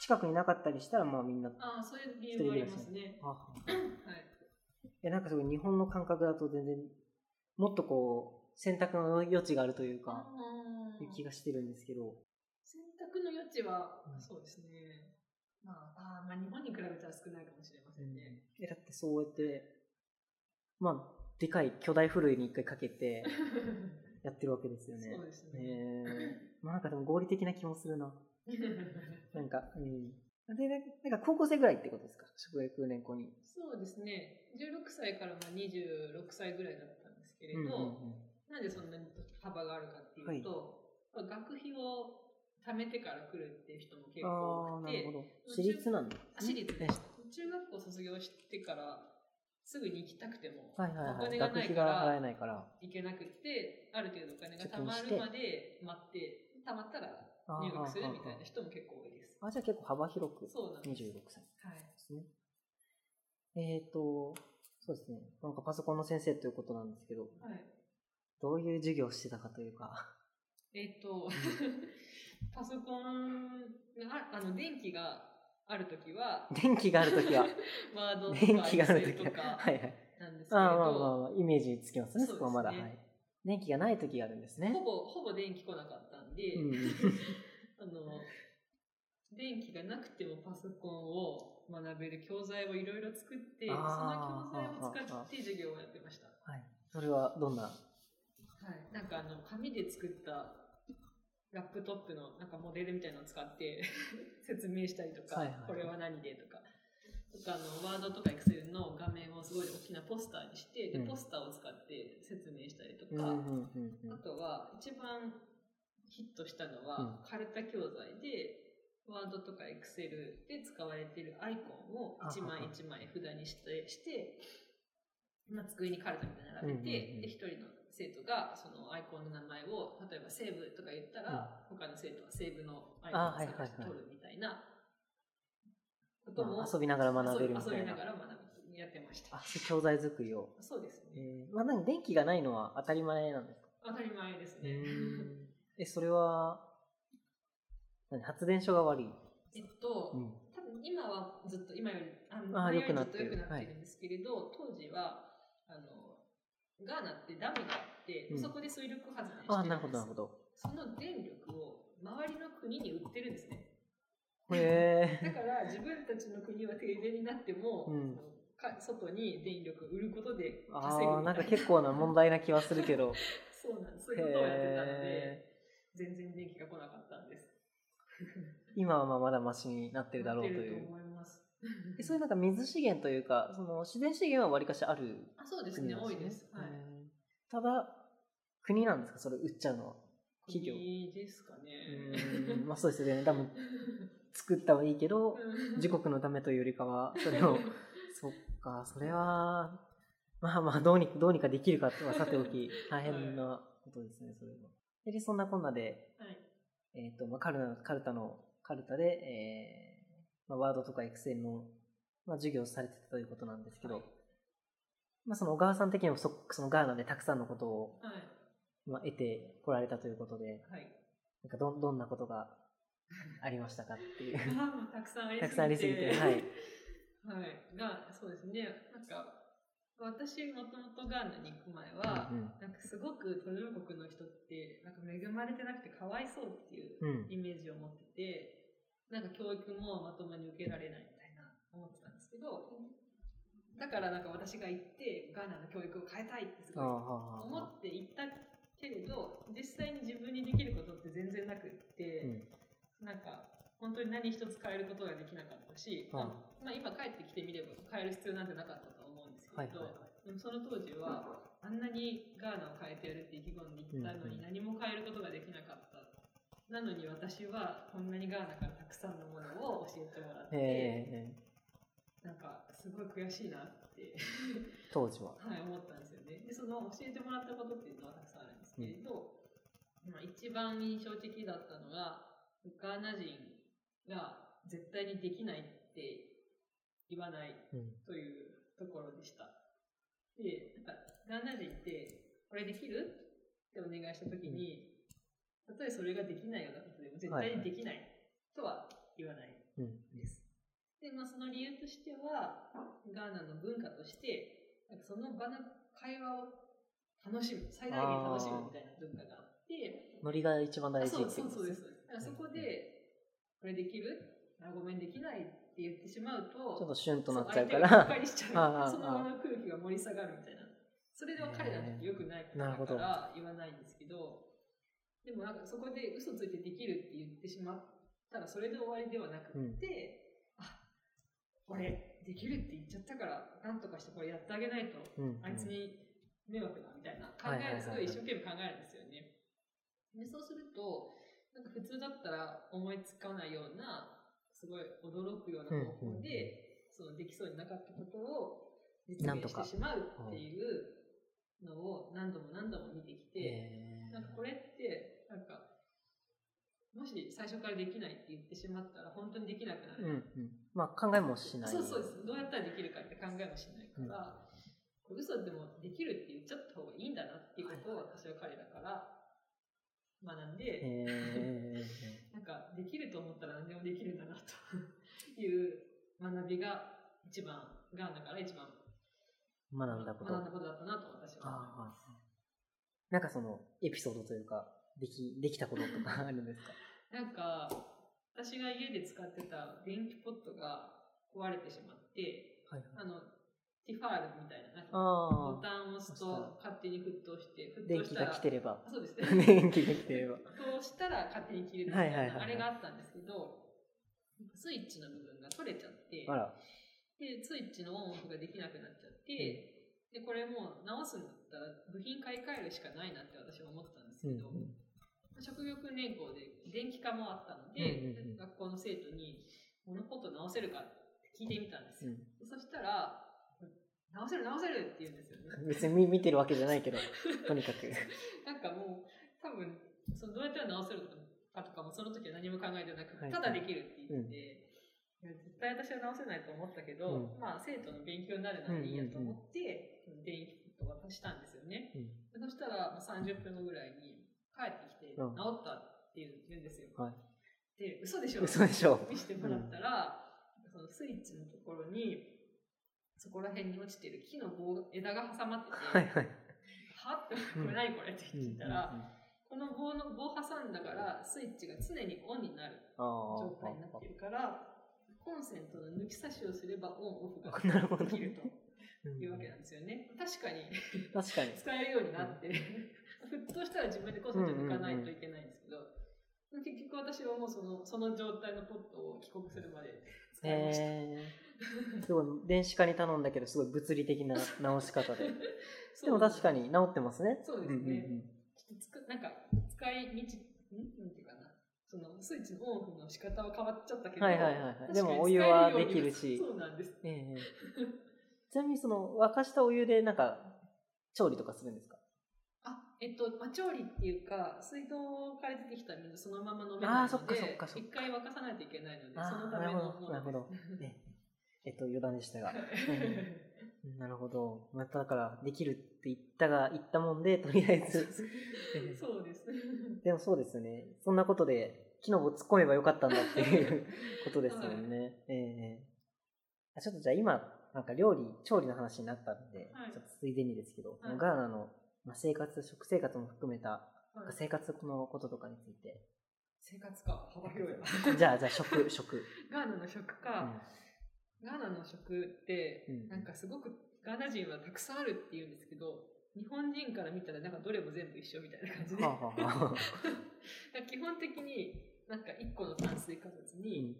A: 近くになかったりしたら、まあみんな、
B: ああ、そういう理由もありますね。
A: あ、
B: はい。
A: いやなんかすごい日本の感覚だと全然、もっとこう、選択の余地があるという
B: あ
A: か、
B: ー
A: いう気がしてるんですけど、
B: 選択の余地は
A: う、ん
B: そうですね。まあ、あーまあ、日本に比べたら少ないかもしれませんね。
A: えだってそうやって、まあ、でかい巨大ふるいに一回かけてやってるわけ ですよね
B: そう。ですね。
A: えー、まあなんかでも合理的な気もするな。なんか、うん。で、なんか高校生ぐらいってことですか職業訓練校に。
B: そうですね。16歳からまあ26歳ぐらいだったんですけれど、
A: うんうんうん
B: なんでそんなに幅があるかっていうと、まあ学費を貯めてから来るっていう人も結構
A: あ
B: 多
A: あ、
B: く
A: なる
B: て
A: ほ、ど。私立なんだ、ね。
B: 私立でした。中学校卒業してからすぐに行きたくても、
A: はいはい
B: お
A: はい。
B: 金が
A: 学
B: ない
A: 費
B: か
A: が払え
B: ら
A: ないから。
B: 行けなくって、ある程度お金が貯ま
A: 貯金して
B: るまで待って、貯まったら
A: あー
B: 入学するみたいな人も結構多いです。
A: あじゃあ結構幅広く、
B: そうなんです。
A: 26歳
B: はい。
A: ですね。えっ、と、そうですね。なんかパソコンの先生ということなんですけど、
B: はい、
A: どういう授業をしてたかというか。
B: えっと、パソコンが、ああの、電気があるときは、
A: 電気があるとき は、
B: ワードとか、
A: 電気があるとき
B: と
A: は、
B: か
A: はいはい。
B: なんですけれど、
A: ああ、まあまあまあ、イメージつきますね、そう
B: そですね
A: こはまだ。はい。電気がないときがあるんですね
B: ほ。ぼ、ほぼ電気来なかったんで、
A: うん。
B: あの、電気がなくてもパソコンを学べる教材をいろいろ作って、そ
A: あー
B: の教材を使って授業をやってました。
A: はい。それはどんな、
B: はい。なんかあの、紙で作ったラップトップのなんかモデルみたいなのを使って 説明したりとか、
A: はいはい
B: これは何でとか。とかあの、ワードとかエクセルの画面をすごい大きなポスターにして、で
A: うん
B: ポスターを使って説明したりと
A: うん
B: か、
A: うんうんう
B: あ
A: ん。
B: とは、一番ヒットしたのは、
A: うん
B: カルタ教材で、ワードとかエクセルで使われているアイコンを一枚一枚札にして、して、まあ、机にカルタみたいなの並べて、
A: うんうんうん
B: で、一人の生徒がそのアイコンの名前を、例えばセーブとか言ったら、他の生徒はセーブのアイコンを
A: あはいは
B: 探
A: い
B: して
A: はい
B: 取るみたいなことも、
A: まあ遊びながら学べるみ
B: 遊
A: た
B: び
A: い
B: な
A: な
B: が。ら学びやってました。
A: あ、そう教材作りを。
B: そうですね。
A: えー、まあ何、電気がないのは当たり前なんですか
B: 当たり前です
A: う
B: ね。
A: んえ、それは、何発電所が悪い。
B: えっと、
A: うん。
B: 多分今はずっと今よりあ
A: あー
B: 前よ
A: 良
B: り
A: く
B: ず
A: なっ
B: っと
A: て
B: 良
A: る
B: くなってるんですけれど、当時はあのガーナってダムがあって、
A: うん
B: そこで水力発電して
A: あ、
B: ん
A: なるほど、なるほ
B: です
A: ど。
B: その電力を周りの国に売ってるんですね
A: へ
B: だから自分たちの国は停電になっても、
A: うん
B: か外に電力売ることで
A: ー。
B: 稼ぐ
A: ああ、
B: み
A: な
B: た
A: いんか
B: な
A: 結構な問題な気はするけど。
B: そうなんですそういうことをやってたので
A: へ
B: 全然電気が来なかったんです
A: ー今はまあまだマシになってるだろうと
B: なって
A: い
B: ると
A: う。
B: 思います
A: えそういうなんか水資源というか、その自然資源はわりかしある
B: あそうです
A: 国
B: ね
A: なん
B: 多
A: で
B: い
A: すね。
B: です、はい
A: へーただ、国なんですかそれ売っちゃうのは。企業
B: 国ですか
A: う
B: ね
A: ーん、まあそうですよね。多分 作ったはいいけど、
B: うん
A: 自国のためというよりかは、それを、そっか、それは、まあまあ、どうにどうにかできるかとはさてお き、大変なことですね、それは。で、そんなこんなで、
B: はい。
A: えっ、と、まあ、カルタ、カルタの、カルタで、えーまあ、ワードとかエクセルの、まあ、授業をされてたということなんですけど、
B: はい
A: まあ、その小川さん的にもそ、そのガーナでたくさんのことを、
B: はい。
A: まあ、得てこられたということで、
B: はい。
A: なんかどん、どんなことがありましたかっていう。
B: あもうたくさんありすぎ
A: た
B: て。
A: くさんありすぎて、はい。
B: はい。が、そうですね。なんか、私、もともとガーナに行く前は、
A: うん
B: なんかすごく途上国の人って、なんか恵まれてなくてかわいそうっていう
A: うん。うん。
B: イメージを持ってて、なんか教育もまともに受けられないみたいな思ってたんですけど、だからなんか私が行って、ガーナの教育を変えたいってす
A: あ
B: ごい
A: あ、
B: 思
A: ああ、
B: って行ったけれど、実際に自分にできることって全然なくって、なんか本当に何一つ変えることができなかったし、
A: はい
B: まあまあ今帰ってきてみれば変える必要なんてなかったと思うんですけ
A: はいはい
B: ど、
A: はい。
B: でもその当時はあんなにガーナを変えてやるって意気込んで行った
A: う
B: のに
A: ん
B: 何も変えることができなかった。なのに私はこんなにガーナからたくさんのものを教えてもらっ
A: ええ
B: て、なんかすごい悔しいなって
A: 当時は。
B: はい、思ったんですよね。で、その教えてもらったことっていうのはたくさんあるんですけれど、まあ、一番印象的だったのが、ガーナ人が絶対にできないって言わない
A: うん。
B: というところでした。で、なんか、ガーナ人って、これできるってお願いしたときに、たとえそれができないようなことでも絶対にできないとは言わない。
A: うん。
B: です。で、まあ、その理由としては、ガーナの文化として、なんかその場の会話を楽しむ、最大限楽しむみたいな文化があって、
A: ノリが一番大
B: あ
A: 事
B: そう
A: って
B: そ
A: こ
B: う
A: と
B: そうです。だからそこで、これできるあごめんできないって言ってしまう
A: ちょっ
B: と、
A: とシュンとなっちゃうか。
B: そう相手ががっからりしち
A: あ
B: ゃ
A: あ
B: う。その場の空気が盛り下がるみたいな。それでは彼らにとって良くないことだから言わないんですけど、でもなんかそこで嘘ついてできるって言ってしまったら、それで終わりではなく
A: うん。
B: で、あ、俺、できるって言っちゃったから、なんとかしてこれやってあげないと、
A: うん。
B: あいつに迷惑だ、みたいな考
A: はいはいはい
B: え
A: はい
B: すごい一生懸命考えるんですよね。で、そうすると、なんか普通だったら思いつかないような、すごい驚くような方法で、そのできそうになかったことを実
A: なん
B: 現
A: と
B: し
A: か
B: てしまうっていうのを何度も何度も見てきて、
A: え
B: なんかこれって、なんか、もし最初からできないって言ってしまったら、本当にできなくな
A: うん
B: る。
A: うん。まあ考えもしない。
B: そうそうです。どうやったらできるかって考えもしないから、これ嘘でもできるって言っちゃった方がいいんだなっていうことを私は彼らから学ん
A: え
B: で、
A: え
B: なんかできると思ったら何でもできるんだなという学びが一番、ガーナから一番
A: 学んだこと。あ
B: だったなと私は思いま
A: あ。なんかその、エピソードというか、でき、できたこととかあ るんですか
B: す。なんか、私が家で使ってた電気ポットが壊れてしまって、
A: はい
B: あの、ティファールみたいな、なんかボ
A: ああ。
B: タンを押すと勝手に沸騰して、沸
A: 電
B: 騰し
A: 気
B: た
A: が
B: ら、
A: 来てれば
B: あ。そうです ね。
A: 電気が来てれば。
B: 沸騰したら勝手に切れるみ
A: は
B: た
A: い
B: い
A: はいはい
B: な、
A: はい
B: あれがあったんですけど、スイッチの部分が取れちゃって、
A: あら。
B: で、スイッチのオンオフができなくなっちゃって、で、これもう直すんだったら部品買い替えるしかないなって私は思ってたんです
A: う
B: け
A: んう
B: ど、
A: ん。
B: 職業訓練校で電気科もあったので、
A: うんうんうん
B: 学校の生徒に、このポット直せるかって聞いてみたんです
A: う
B: よ。
A: ん
B: そしたら、直せる直せるって言うんですよね。
A: 別に見見てるわけじゃないけど、とにかく。
B: なんかもう、多分、そのどうやったら直せるかとかもその時は何も考えてなく、
A: はい
B: ただできるって言って、いや絶対私は直せないと思ったけど、まあ生徒の勉強になるならいいやと思って、電気ポットを渡したんですよね。
A: うん
B: でそしたらまあ30分後ぐらいに帰ってきて、
A: うん
B: 治ったって言うんですよ。
A: は
B: で、嘘でしょ
A: 嘘でしょ。
B: 見せてもらったら、そのスイッチのところに、そこら辺に落ちてる木の棒、枝が挟まってて、
A: はいはい。
B: はって、これ何これって聞いたら、この棒の棒挟んだから、スイッチが常にオンになる
A: ああ
B: 状態になってるから、コンセントの抜き差しをすればオンオフが
A: なるほど
B: できる
A: う
B: と
A: ん
B: いうわけなんですよね。確かに
A: 確かに。
B: 使えるようになって、 沸騰したら自分でコンセント抜かないといけないんですけど、結局私はもうそのその状態のポットを帰国するまで使いました。
A: えー、すごい電子化に頼んだけどすごい物理的な直し方で
B: そう
A: でも確かに治ってますね
B: そうですね。ちょっとつくなんか、使い道、んなんていうかな。その、スイッチのオンオフの仕方は変わっちゃったけど。
A: はいはいはいはい
B: 確かに
A: でもお湯は
B: 使えるように
A: できるし
B: そうなんです。
A: うんうんええちなみにその沸かしたお湯でなんか調理とかするんですか
B: あ、えっと、まあ、調理っていうか、水道から出てきた水そのまま飲め
A: あ
B: ない
A: ーそ
B: の
A: っかそっ
B: で
A: か、そっ
B: 一回沸かさないといけないので、
A: あー
B: そのためのもの
A: なるほど
B: です
A: ねえっと、余談で したが。うんなるほど。まただから、できるって言ったが、言ったもんで、とり あえず。
B: はい そうです。
A: でもそうですよね。そんなことで、木の棒突っ込めばよかったんだっていう ことですよね。ええあちょっとじゃあ今、なんか料理、調理の話になったんで、
B: はい
A: ちょっとついでにですけど、
B: はい
A: ガーナの、まあ、生活、食生活も含めた、
B: はい
A: 生活のこととかについて。
B: 生活か、幅広いわ。
A: じゃあ、じゃあ 食、食。
B: ガーナの食か、ガーナの食って
A: うん、
B: なんかすごくガーナ人はたくさんあるって言うんですけど、日本人から見たらなんかどれも全部一緒みたいな感じ
A: うん
B: で。
A: はあはあはあ
B: 基本的になんか1個の炭水化物
A: う
B: に
A: ん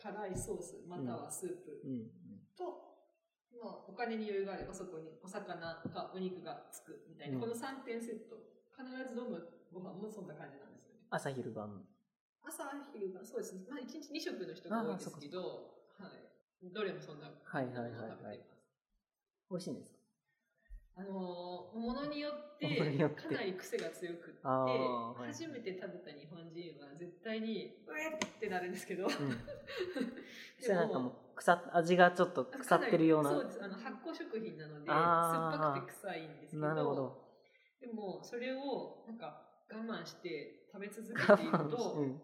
B: 辛いソースまたはスープ
A: うん
B: と、まあ、お金に余裕があればそこにお魚かお肉がつくみたいな、
A: うん
B: この3点セット必ず飲むご飯もそんな感じなんですよね
A: 朝昼晩。
B: 朝昼晩そうですね、まあ、1日2食の人が多いですけど、はい、どれもそんな
A: はいはいはい
B: ものを食べ
A: は
B: て
A: い
B: い。ます
A: 美味しいんですか
B: あのー、ものによっ
A: ものによってて
B: かなり癖が強くって、
A: あーはい
B: 初めて食べた日本人は絶対に、うえってなるんですけど、
A: うん。そしたらなんかもう、腐っ、味がちょっと腐ってるような。
B: そうですあの発酵食品なので
A: あー
B: 酸っぱくて臭いんですけど
A: なるほど。
B: でもそれをなんか我慢して食べ続け
A: 我
B: ている
A: 慢 してう
B: と、
A: ん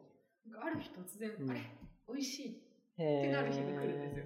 B: なんかある日突然、
A: うん
B: あれ美味しいっ
A: へ
B: て
A: ー
B: なる日が来るんですよ、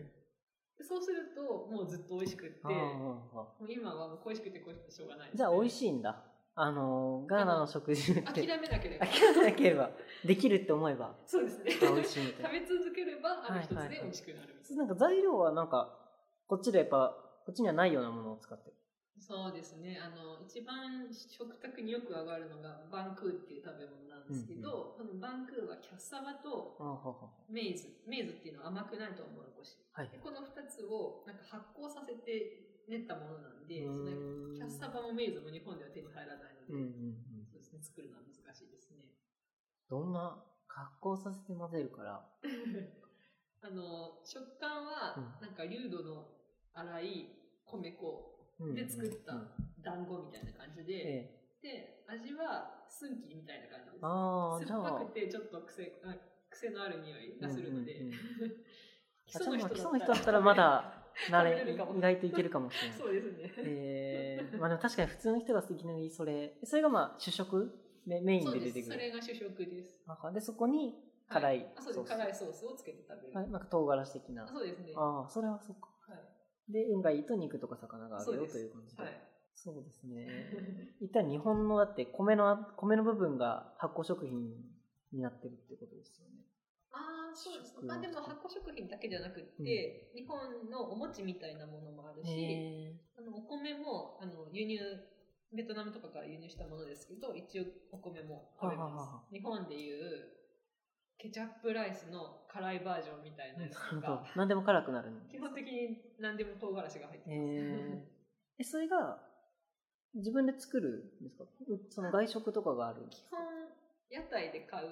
B: でそうするともうずっと美味しくって
A: あ
B: も
A: あああ
B: う今はもう恋しくて恋しくてしょうがないですね、
A: じゃあ美味
B: い
A: しいんだ。あの、ガーナの食事って。
B: 諦めな ければ
A: 諦めなければ。できるって思えば。
B: そうですね
A: あ美
B: 食
A: 味しいみたいな。
B: べ続ければある日突
A: はいはいは
B: 然
A: い
B: 美味しくなるみたい
A: な
B: な、
A: んか材料はなんか、こっちでやっぱ、こっちにはないようなものを使ってる。
B: そうですね。あの、一番食卓によく上がるのがバンクーっていう食べ物なんですけど、このバンクーはキャッサバと
A: ああはあは
B: メイズ。メイズっていうのは甘くないと思うこし。
A: あはい
B: で。この二つをなんか発酵させて練ったものなんで、
A: うー
B: その
A: ん
B: キャッサバもメイズも日本では手に入らないので、
A: うんうんうん。
B: そうですね、作るのは難しいですね。
A: どんな格好させて混ぜるから。
B: あの、食感はなんか粒度の粗い米粉
A: うん
B: で作った
A: うんうん
B: 団子みたいな感じで、
A: ええ。
B: で、味はスンキみたいな感じです。
A: ああ、じゃ
B: 酸っぱ
A: あ
B: く。てちょっと癖あ癖のある匂いがす るので、
A: うんうんうん
B: 基
A: あじゃあまあ基礎
B: だっ
A: の人だったらまだ慣
B: 食べれ
A: れ
B: るかも
A: 意外といけるかもしれない。
B: そうですね、
A: えー、まあでも確かに普通の人がいきなりそれ、それがまあ主食メメイン
B: そう
A: で
B: で
A: 出
B: す
A: てく
B: そ
A: る。
B: れが主食です
A: なんかで、そこに辛い
B: あそうで
A: ソー
B: す
A: ス
B: 辛いソースをつけて食べる、
A: はいなんか唐辛子的な。
B: そうですねは
A: ああ、それはそっか。
B: い、
A: で、運がいいと肉とか魚がある
B: そう
A: よ
B: です
A: という感じで。
B: はい、
A: そうですね。一旦日本のだって米の、米の部分が発酵食品になってるってことですよね。
B: ああそうです
A: 主食
B: まあでも発酵食品だけじゃなくって、日本のお餅みたいなものもあるし、
A: へ
B: あのお米もあの輸入ベトナムとかから輸入したものですけど一応お米も食べ
A: はははは
B: ます日本でいうケチャップライスの辛いバージョンみたい
A: え
B: なやつ
A: な
B: と
A: るほど
B: か。
A: 何でも辛くなるん
B: 基本的に何でも唐辛子が入って
A: えー、
B: ます。
A: え、それが自分で作るんですかうその外食とかがあるんで
B: 基
A: す
B: 本屋台で買う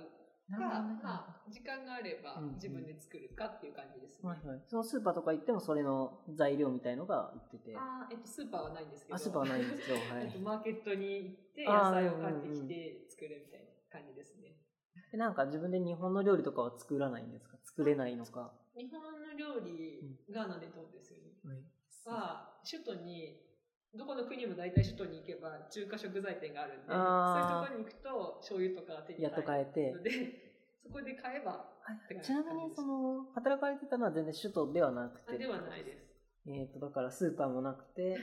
A: か
B: か、
A: あ
B: まあ、時間があれば
A: うん
B: 自分で作るかっていう感じですね。
A: はいはい、そのスーパーとか行ってもそれの材料みたいのが売ってて
B: あーえっと、スーパーはないんですけど、
A: あスーパーはないんですよは
B: えっと
A: い
B: マーケットに行って
A: あー
B: 野菜を買っ
A: う
B: て
A: んう
B: き
A: ん
B: て作るみたいな感じですね。
A: えなんか自分で日本の料理とかは作らないんですか作れないのか、
B: 日本の料理、ガーナでどうですよね。は、首都に、どこの国も大体首都に行けば中華食材店があるんで、
A: あー
B: そういうところに行くと醤油とか手に
A: やっと
B: 入
A: 変えて
B: るの、で、 そこで買えば
A: はいちなみにその働かれてたのは全然首都ではなく
B: あ
A: て
B: ではな いです。
A: えー、とだからスーパーもなくて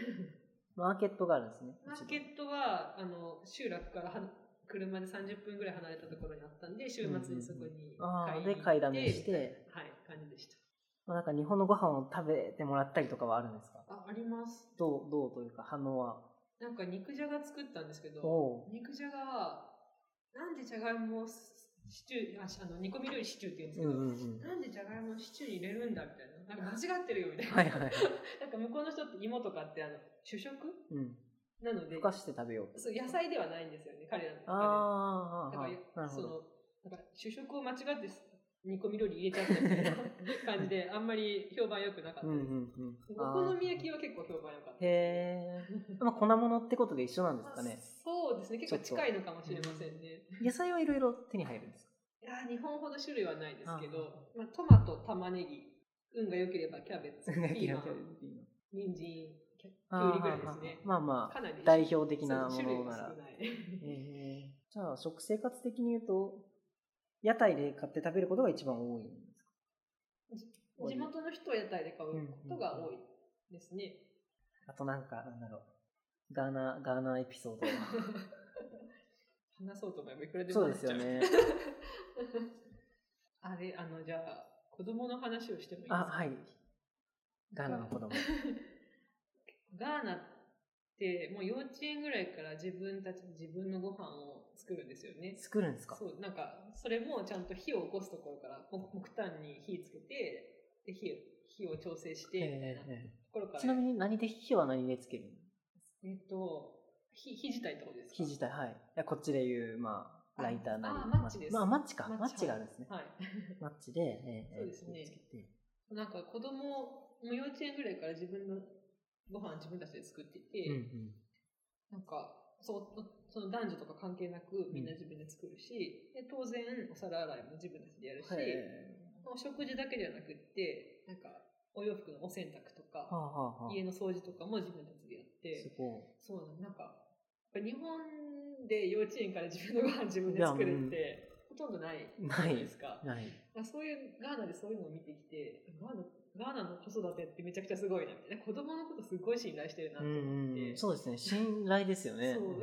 A: マーケットがあるんですね
B: マーケットは、あの、集落からは車で30分ぐらい離れたところにあったんで、週末にそこに
A: あ
B: 買い
A: ー
B: に行って
A: で買いだめして、
B: はい、感じでした。
A: まあ、なんか日本のご飯を食べてもらったりとかはあるんですか
B: あ、あります。
A: どうどうというか反応は
B: なんか肉じゃが作ったんですけど、
A: おう
B: 肉じゃがは、なんでじゃがいもをシチュー、あしあの煮込み料理シチューって言うんです
A: う
B: け
A: ん
B: ど、
A: うんうん
B: なんでじゃがいもをシチューに入れるんだみたいな。なんか間違ってるよみたいな。
A: はいはいはい、
B: なんか向こうの人って芋とかってあの主食
A: うん、
B: なので
A: ふ、かして食べよう
B: そう野菜ではないんですよね、彼らの中で。
A: ああ
B: だか
A: な
B: ら
A: るほ
B: そ
A: ど
B: のなんか主食を間違って煮込み料理入れちゃったみた いな感じで、あんまり評判良くなかった
A: うんう
B: です。
A: んうん。
B: お
A: あ
B: 好
A: ー
B: み焼きは結構評判良かった。
A: へえ。まあ粉物ってことで一緒なんですかね。
B: そうですね、結構近いのかもしれませんね。
A: 野菜はいろいろ手に入るんですか
B: いやー日本ほど種類はないですけど、
A: あ
B: まあ、トマト、玉ねぎ、運が良ければキャベ ツ、 ピーマン、人参、きゅ
A: あー
B: うりぐらいですね。
A: まあまあ、
B: かなり
A: 代表的なも
B: そう種
A: の
B: 類
A: な
B: が
A: ら
B: 少。ない。
A: えーじゃあ食生活的に言うと、屋台で買って食べることが一番多いんですか
B: 地元の人は屋台で買うことが多いですね。
A: あとなんか、なんだろう。ガーナ、ガーナエピソード。
B: 話そうと思えばいくらでも
A: そう
B: 話
A: で
B: し
A: す
B: ちゃ
A: よ ね。
B: あれ、あの、じゃあ、子供の話をしてもいいですか
A: あ、はい。ガーナの子供。
B: ガーナって、もう幼稚園ぐらいから自分たちで自分のご飯を作るんですよね。
A: 作るんですか
B: そう、なんか、それもちゃんと火を起こすところから、木炭に火つけて、で、火を、火を調整して、みたいな
A: え
B: と
A: ーえ
B: ころか
A: ー
B: ら。
A: ちなみに何で火は何でつけるの
B: えっと、火、火自体ってことですか
A: 火自体、はい。いやこっちで言う、まあ、
B: あ
A: ライターなり。
B: あマッチです
A: まあ、マッチか。
B: マッチ
A: マッチがあるんですね。
B: はい。
A: マッチで、えー
B: そうですね
A: えーつけて
B: なんか子供、もう幼稚園ぐらいから自分のご飯自分たちで作っていて、
A: うんうん。
B: なんか、そう、その男女とか関係なくみんな自分で作るし、で当然お皿洗いも自分たちでやるし、
A: へ
B: お食事だけじゃなくって、なんか、お洋服のお洗濯と
A: ーはあ
B: か、
A: はあはあ。
B: 家の掃除とかも自分たちでやって、
A: すごい。
B: そうなのなんか、やっぱ日本で幼稚園から自分のご飯自分で作るって、ほとんどないじゃですか。
A: ない。
B: だからそういう、ガーナでそういうのを見てきて、ガーナ、ガーナの子育てってめちゃくちゃすごいな、みたいな。子供のことすごい信頼してるなと
A: うん
B: 思って。
A: うんうん、そうですね。信頼ですよね。
B: そう
A: うん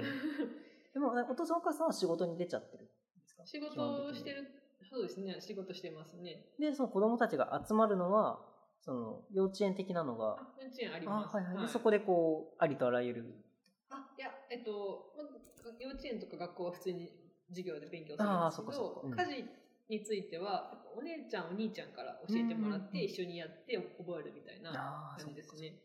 A: でも、お父さんお母さんは仕事に出ちゃってるんですか
B: 仕事をして。る、そうですね、仕事してますね。
A: 基本的にで、その子供たちが集まるのは、その、幼稚園的なの
B: あ
A: が、、
B: 幼稚園あり
A: あ
B: ます。
A: はいはい。で、そ
B: こ
A: こでこう、ありとあらゆる。
B: あ、いや、えっと、ま幼稚園とか学校は普通に授業で勉強するん
A: あー
B: ですけ
A: そっかそ
B: ど
A: っ、か
B: 家事については、やっぱお姉ちゃん、お兄ちゃんから教えてもらっ
A: うんうんうん
B: て、一緒にやって覚えるみたいな
A: ああ、
B: 感
A: そ
B: じ
A: う
B: で
A: です
B: すね。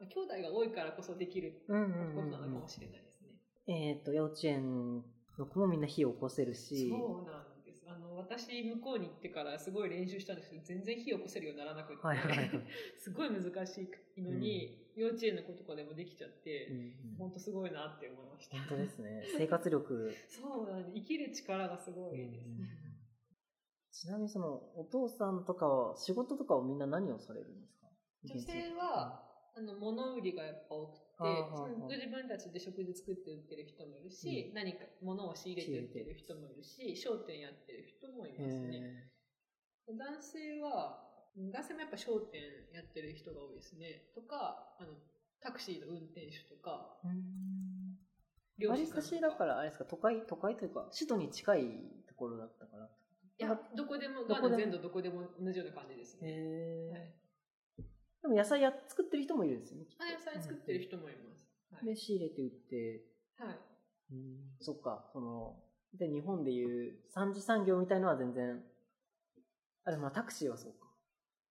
B: まあ兄弟が多いからこそできる
A: うんう
B: こと
A: んう
B: なの
A: ん
B: か
A: うん
B: も。しれないですね。
A: えっと、幼稚園の子もみんな火を起こせるし、
B: そうなんです。あの、私、向こうに行ってからすごい練習したんですけど、全然火を起こせるようにならなくて、
A: はいはいはい。
B: すごい難しいのに、幼稚園の子とかでもできちゃって、
A: うんうん
B: 本当すごいなって思いました。
A: 本当です ね。生活力。
B: そうなんです。生きる力がすごいですね。
A: ちなみにその、お父さんとかは、仕事とかはみんな何をされるんですか
B: 女性は、あの、物売りがやっぱ多くて、
A: あーは
B: そ
A: ー
B: の
A: はー
B: 自分たちで食事作って売ってる人もいるし、何か物を仕入れて売ってる人もいるし、商店やってる人もいますね。
A: へ
B: 男性は、男性もやっぱ商店やってる人が多いですね。とか、あの、タクシーの運転手とか、
A: ーうん
B: 漁
A: バ
B: 師
A: リ
B: さん
A: ス
B: と
A: タ市だから、あれですか、都会、都会というか、首都に近いところだったから。
B: いや、どこでも、
A: ど
B: ガ
A: こでも
B: ーナ全土どこでも同じような感じですね。
A: へえ、
B: はい
A: でも野菜や作ってる人もいるんですよね。きっと
B: あ野菜作ってる人もいます。
A: で、仕入れて売って、
B: はい。はい。
A: そっか、その、で、日本でいう三次産業みたいのは全然、あ、でもまあタクシーはそうか。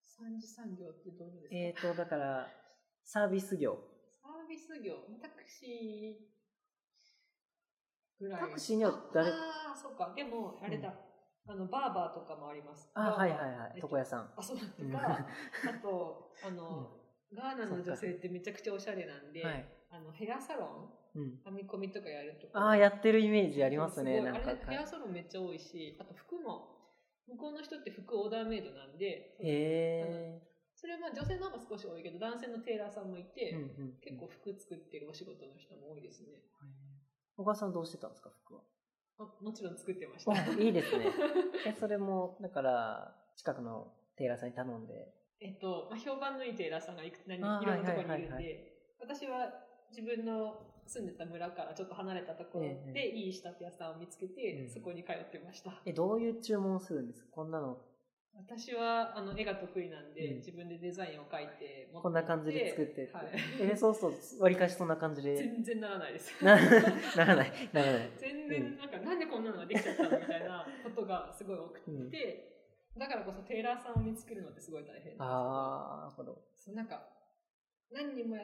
B: 三次産業ってどういうのですか、
A: えーと、だから、サービス業。
B: サービス業、タクシーぐらい。
A: タクシーには誰
B: ああー、そうか。でも、あれだ。あの、バーバーとかもあります。
A: あ、
B: バーバ
A: は
B: ー
A: いはいは
B: え
A: い。
B: っ
A: 床
B: と
A: 屋さん。
B: あ、そうだと
A: うん
B: か、あと、あの、ガーナの女性ってめちゃくちゃおしゃれなんで、
A: はい。
B: あの、ヘアサロン
A: うん。
B: 編み込みとかやるとか。
A: ああ、やってるイメージありますね。
B: ごい
A: なんか
B: あれ、。ヘアサロンめっちゃ多いし、あと服も、向こうの人って服オーダーメイドなんで、
A: へえ
B: それはまあ女性の方が少し多いけど、男性のテーラーさんもいて、
A: ー。うんうんうん
B: 結構服作ってるお仕事の人も多いですね。
A: お母さんどうしてたんですか、服は。
B: あもちろん作ってました。
A: あ いいです ね。え、それも、だから、近くのテイラーさんに頼んで。
B: えっと、まあ、評判のいいテーラーさんがいく何い
A: あー
B: ろんなところにいるん
A: はいはいはいは
B: で、私は自分の住んでた村からちょっと離れたところでいい仕立て屋さんを見つけ
A: う
B: て、
A: ん
B: そこに通ってました。
A: え、どういう注文をするんですかこんなの、
B: 私はあの絵が得意なんで、
A: うん
B: 自分でデザインを描いて持って行って
A: こんな感じで作ってって。
B: はい、
A: え、そうそう、割り返しそんな感じで。
B: 全然ならな いです。
A: な、ならない、ならない。
B: 全
A: うん
B: 然なんか、なんでこんなのができちゃったのみた いなことがすごい多く
A: うん
B: て、だからこそテーラーさんを見つけるのってすごい大変なんですけど
A: あー、なるほど。
B: そうなんか何人もや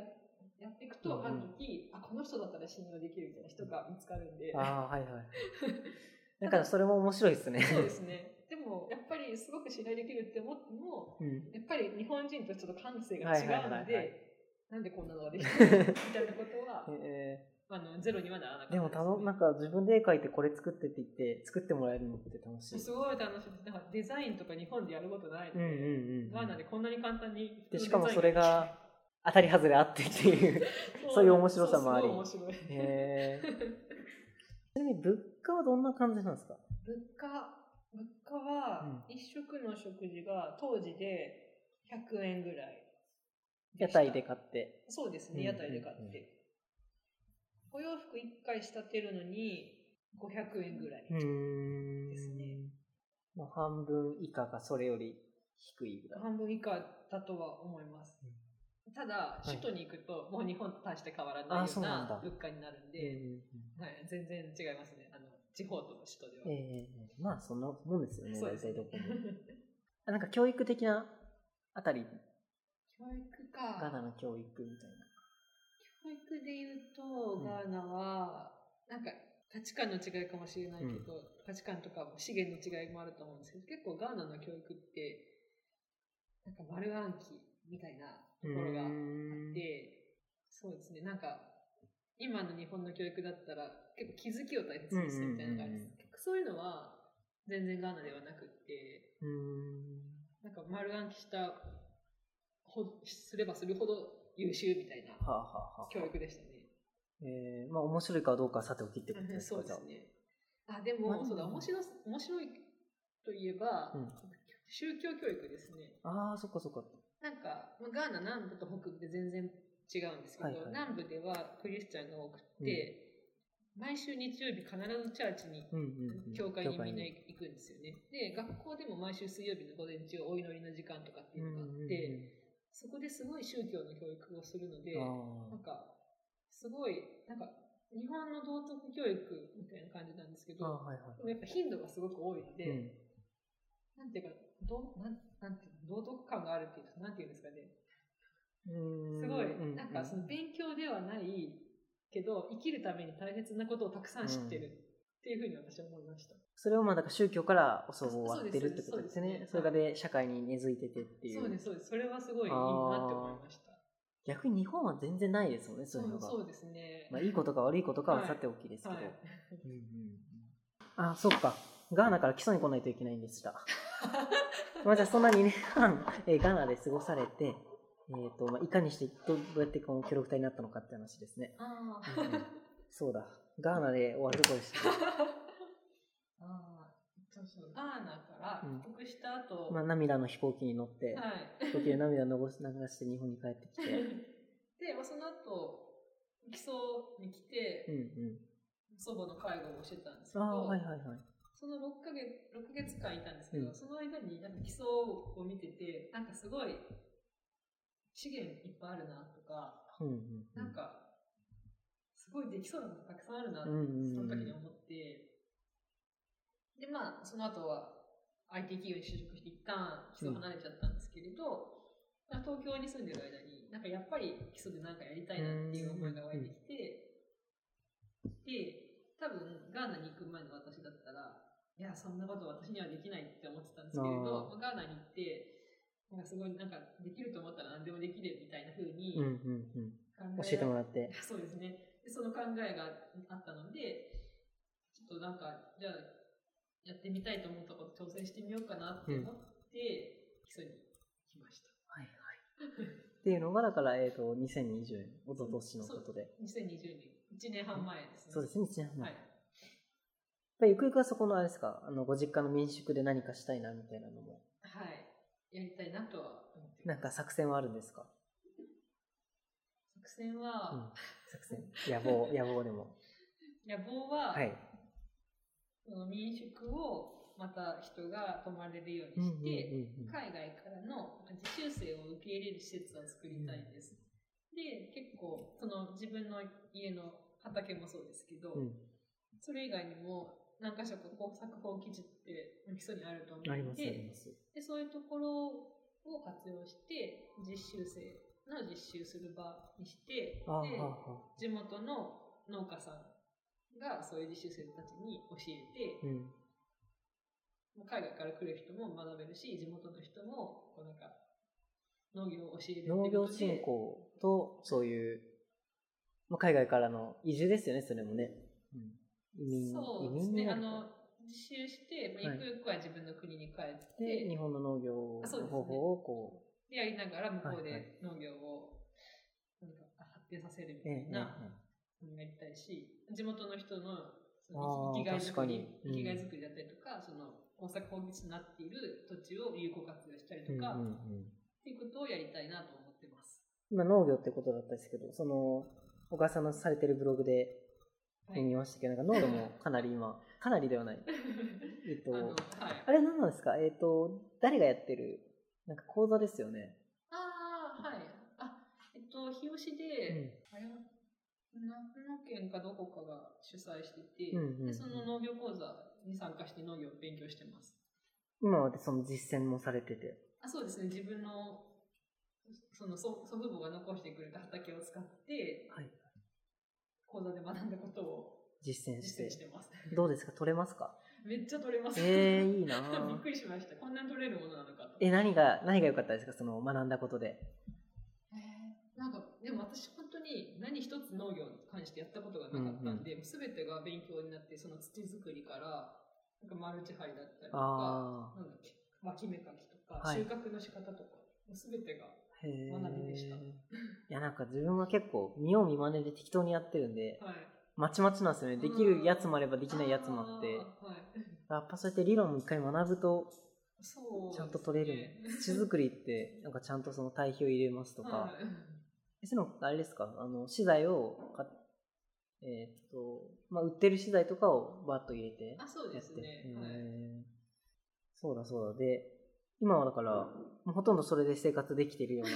B: やっていく
A: う
B: と
A: ん
B: ある時、あこの人だったら信用できるみたいな人が見つかるんで
A: あー、はいはい。だから、それも面白いですね。
B: そうですね
C: でも、やっぱりすごく信頼できるって思っても、
A: うん。
C: やっぱり日本人とちょっと感性が
A: はい
C: 違
A: はいは
C: う
A: いはい、
C: ので、なんでこんなのができたのみたいなことは
A: え
C: あの、ゼロにはならなかっ
A: ー
C: た
A: でもたの、なんか自分で絵描いてこれ作ってって言って、作ってもらえるのって楽しい。
C: すごい楽しいです。なんかデザインとか日本でやることないの
A: うんうん
C: で、
A: うん。
C: ガーナでこんなに簡単に。
A: でしかもそれが、当たり外れあってっていう。そういう面白さもあり
C: そうすごい面白い。
A: へ ーちなみに物価はどんな感じなんですか
C: 物価物価は一食の食事が当時で100円ぐらい
A: 屋台で買って。
C: そうです
A: うん
C: ね屋台で買って、
A: うんうん
C: お洋服1回仕立てるのに500円ぐらい、
A: ん
C: ですね。
A: もう半分以下がそれより低いぐらい。
C: 半分以下だとは思います、ただ首都に行くともう日本と大して変わらない
A: あ
C: よ
A: そううなんだ
C: な物価になるんで
A: うんうん
C: はい、全然違いますねあの地方と首都
A: うん
C: では、
A: えーまあ、そんなもんですよね、
C: そう
A: 大
C: ですね
A: 体どこも。あなんか教育的なあたり、
C: 教育か
A: ガナの教育みたいな。
C: 教育で言うと、ガーナは、なんか価値観の違いかもしれないけど、価値観とか資源の違いもあると思うんですけど、結構ガーナの教育って、なんか丸暗記みたいなところがあって、そうですね、なんか、今の日本の教育だったら、結構気づきを大切にするみたいなのがあるんです。
A: うんうんうんうん
C: 結構そういうのは、全然ガーナではなくって、
A: うーん。
C: なんか丸暗記した、ほ、すればするほど優秀みたいな
A: はあ、はあはあ、
C: 教育でしたね。
A: えー、まあ面白いかどうかはさておきってこと
C: うん
A: です
C: そ
A: か、
C: うですね。あ、で
A: ま
C: も、
A: あでも
C: そうだ、面白す、面白いといえば、
A: うん
C: 宗教教育ですね。
A: じゃあ。ああ、そっかそっか。
C: なんか、まあガーナ南部と北部で全然違うんですけど、
A: はいはい
C: 南部ではクリスチャンが多くて、毎週日曜日必ずチャーチに、
A: うんうん、うん。
C: 教会にみんな
A: 行
C: 行くんですよね。で、学校でも毎週水曜日の午前中お祈りの時間とかっていうのがあって、そこですごい宗教の教育をするので、なんか、すごい、なんか、日本の道徳教育みたいな感じなんですけ
A: あーあー、
C: ど、
A: はいはい。
C: でもやっぱ頻度がすごく多いので、
A: うん
C: なんていうか、どうなんなんていうの道徳感があるっていうか、なんていうんですかね。す
A: す
C: ごい、なんかその勉強ではないけど、生きるために大切なことをたくさん知ってるっていうふうに私は思いました。
A: それをまあだから宗教から教わってるってこ
C: そ
A: と
C: う
A: で
C: ですす
A: ね。そ
C: そうです
A: れがで社会に根付いててっていう。
C: そうです、そうです。それはすごいいいなって思いました。
A: 逆に日本は全然ないですもんね、そういうのが。
C: そうですね。
A: まあいいことか悪いことかは
C: はい
A: さておきですけど。
C: はい。
A: うんうんうんあ、そうか。ガーナから基礎に来ないといけないんで した。まあじゃあそんな2年半、えーガーナで過ごされて、えーとまあ、いかにしてどどうやってこの協力隊になったのかって話ですね。
C: あ
A: う
C: あ。
A: んうんそうだ。ガーナで終わるとこでした。
B: あーそうそうガーナから
A: うん
B: 帰国した後、
A: まあ涙の飛行機に乗って、
B: はい。
A: 飛行機で涙を流して日本に帰ってきて。
B: で、まあ、その後、基礎に来
A: う
B: て、
A: んうん。
B: 祖母の介護をしてたんですけ
A: あ
B: ど、
A: あ、はいはいはい。
B: その6ヶ月、6月間いたんですけど、
A: うん
B: その間になんか基礎を見てて、なんかすごい、資源いっぱいあるなとか、
A: うんうんう
B: なん
A: ん。
B: か、すごいできそうなことたくさんあるなって、
A: うんうんうん
B: その時に思って、で、まあ、その後は IT 企業に就職して、一旦基礎離れちゃったんですけれど、まあ東京に住んでる間に、なんかやっぱり基礎でなんかやりたいなっていう思いが湧いてきて、で、多分、ガーナに行く前の私だったら、いや、そんなこと私にはできないって思ってたんですけれど、まあガーナに行って、なんかすごい、なんかできると思ったら何でもできるみたいな風に
A: うんうんうん。
B: 考
A: 教
B: え
A: えて
B: られ
A: もらって。
B: そうですね。でその考えがあったので、ちょっとなんか、じゃあ、やってみたいと思ったこと挑戦してみようかなって思って、基礎に来ました。
A: はいはい。っていうのが、だから、えっ、と、2020年、おととしのことで。
B: 2020年、1年半前ですね。
A: そうですね、1年半。
B: は
A: やっ
B: い。
A: ぱりゆくゆくはそこのあれですか、あの、ご実家の民宿で何かしたいなみたいなのも、
B: はい。やりたいなとは思って
A: な
B: ます。
A: んか作戦はあるんですか
B: 作戦
A: うん
B: は、。
A: 作戦。野望、野望でも。
B: 野望は、
A: はい。
B: その民宿をまた人が泊まれるよ
A: う
B: う
A: ん
B: に
A: うん
B: して、
A: うんうん
B: 海外からの自習生を受け入れる施設を作りたいです。で、結構、その自分の家の畑もそうですけど、
A: うん
B: それ以外にも何か所かこう作法基地って基礎にあると思う
A: あり
B: の
A: ます、あり
B: で
A: ます。
B: で、そういうところを活用して、実習生の実習する場にして、
A: ああ、は
B: で
A: あ、はあ。
B: 地元の農家さんがそういう実習生たちに教えて、
A: うん。
B: もう海外から来る人も学べるし、地元の人も、こうなんか、農業を教えるってこと
A: 農
B: で
A: 業振興と、そういう、まあ、海外からの移住ですよね、それもね。うん、移民
B: そうで
A: 移
B: す
A: 民に
B: ね。
A: な
B: あ
A: るか
B: の、実習して、まあ、
A: はい
B: ゆくゆくは自分の国に帰って、
A: で、日本の農業の
B: あそうですね
A: 方法をこ
B: で、やりながら向こう
A: はいは
B: で農業を、なんか、発展させるみ
A: う、
B: た
A: ええ
B: い
A: え
B: な、
A: え
B: やりたいし、地元の人の、そ
A: あ
B: の
A: ー
B: 生きがい
A: 確か
B: 作
A: に
B: り、
A: うん
B: 生きがい作りだったりとか、その、大阪本地になっている土地を有効活用したりと
A: うんうん
B: か、
A: う
B: っ
A: ん
B: ていうことをやりたいなと思ってます。
A: 今農業ってことだったんですけど、その、小川さんのされてるブログで
B: はい
A: 見ましたけど、なんか農業もかなり今、かなりでは ない。えっ
B: あ
A: と、
B: の、はい
A: あ。れ何なんですかえっと、誰がやってるなんか講座ですよね。
B: ああ、はい。あ、えっと、日吉
A: う
B: で、
A: ん
B: あれは、長野県かどこかが主催していて、
A: うんうんうん
B: でその農業講座に参加して農業を勉強してます。
A: 今までその実践もされてて。
B: あ、そうですね、自分の、その祖祖父母が残してくれた畑を使って、
A: はい
B: 講座で学んだことを
A: 実践し
B: 実
A: て
B: 践し。てます。
A: どうですか取れますか
B: めっちゃ取れます。
A: ええいいな
B: びっ
A: ぁ
B: くりしました。こんなに取れるものなのかと。
A: え、何が、何が良かったですかその学んだことで。
B: えーなんかでも私本当に何一つ農業に関してやったことがなかったんで、全てが勉強になってその土作りからなんかマルチハイだったりとか
A: あ
B: なんだっけ脇芽かきとか、
A: はい
B: 収穫の仕方とかもう全てが
A: あ、へえ。
B: 学びでした
A: いや、なんか自分は結構、見よう見まねで適当にやってるんで、
B: はい
A: まちまちなんですよね。できるやつもあればできないやつもあって。
B: あーはい、
A: やっぱそうやって理論も一回学ぶと、
B: そう
A: ちゃんと取れる
B: で
A: 土作りって、なんかちゃんとその堆肥を入れますと
B: すね
A: か。
B: はい
A: えそういうの、あれですかあの、資材を買っ、えーっと、まあ、売ってる資材とかをバッと入れて。
B: あそうですね
A: やって
B: はい
A: へーそうだそうだ。で、今はだから、もうほとんどそれで生活できてるよう な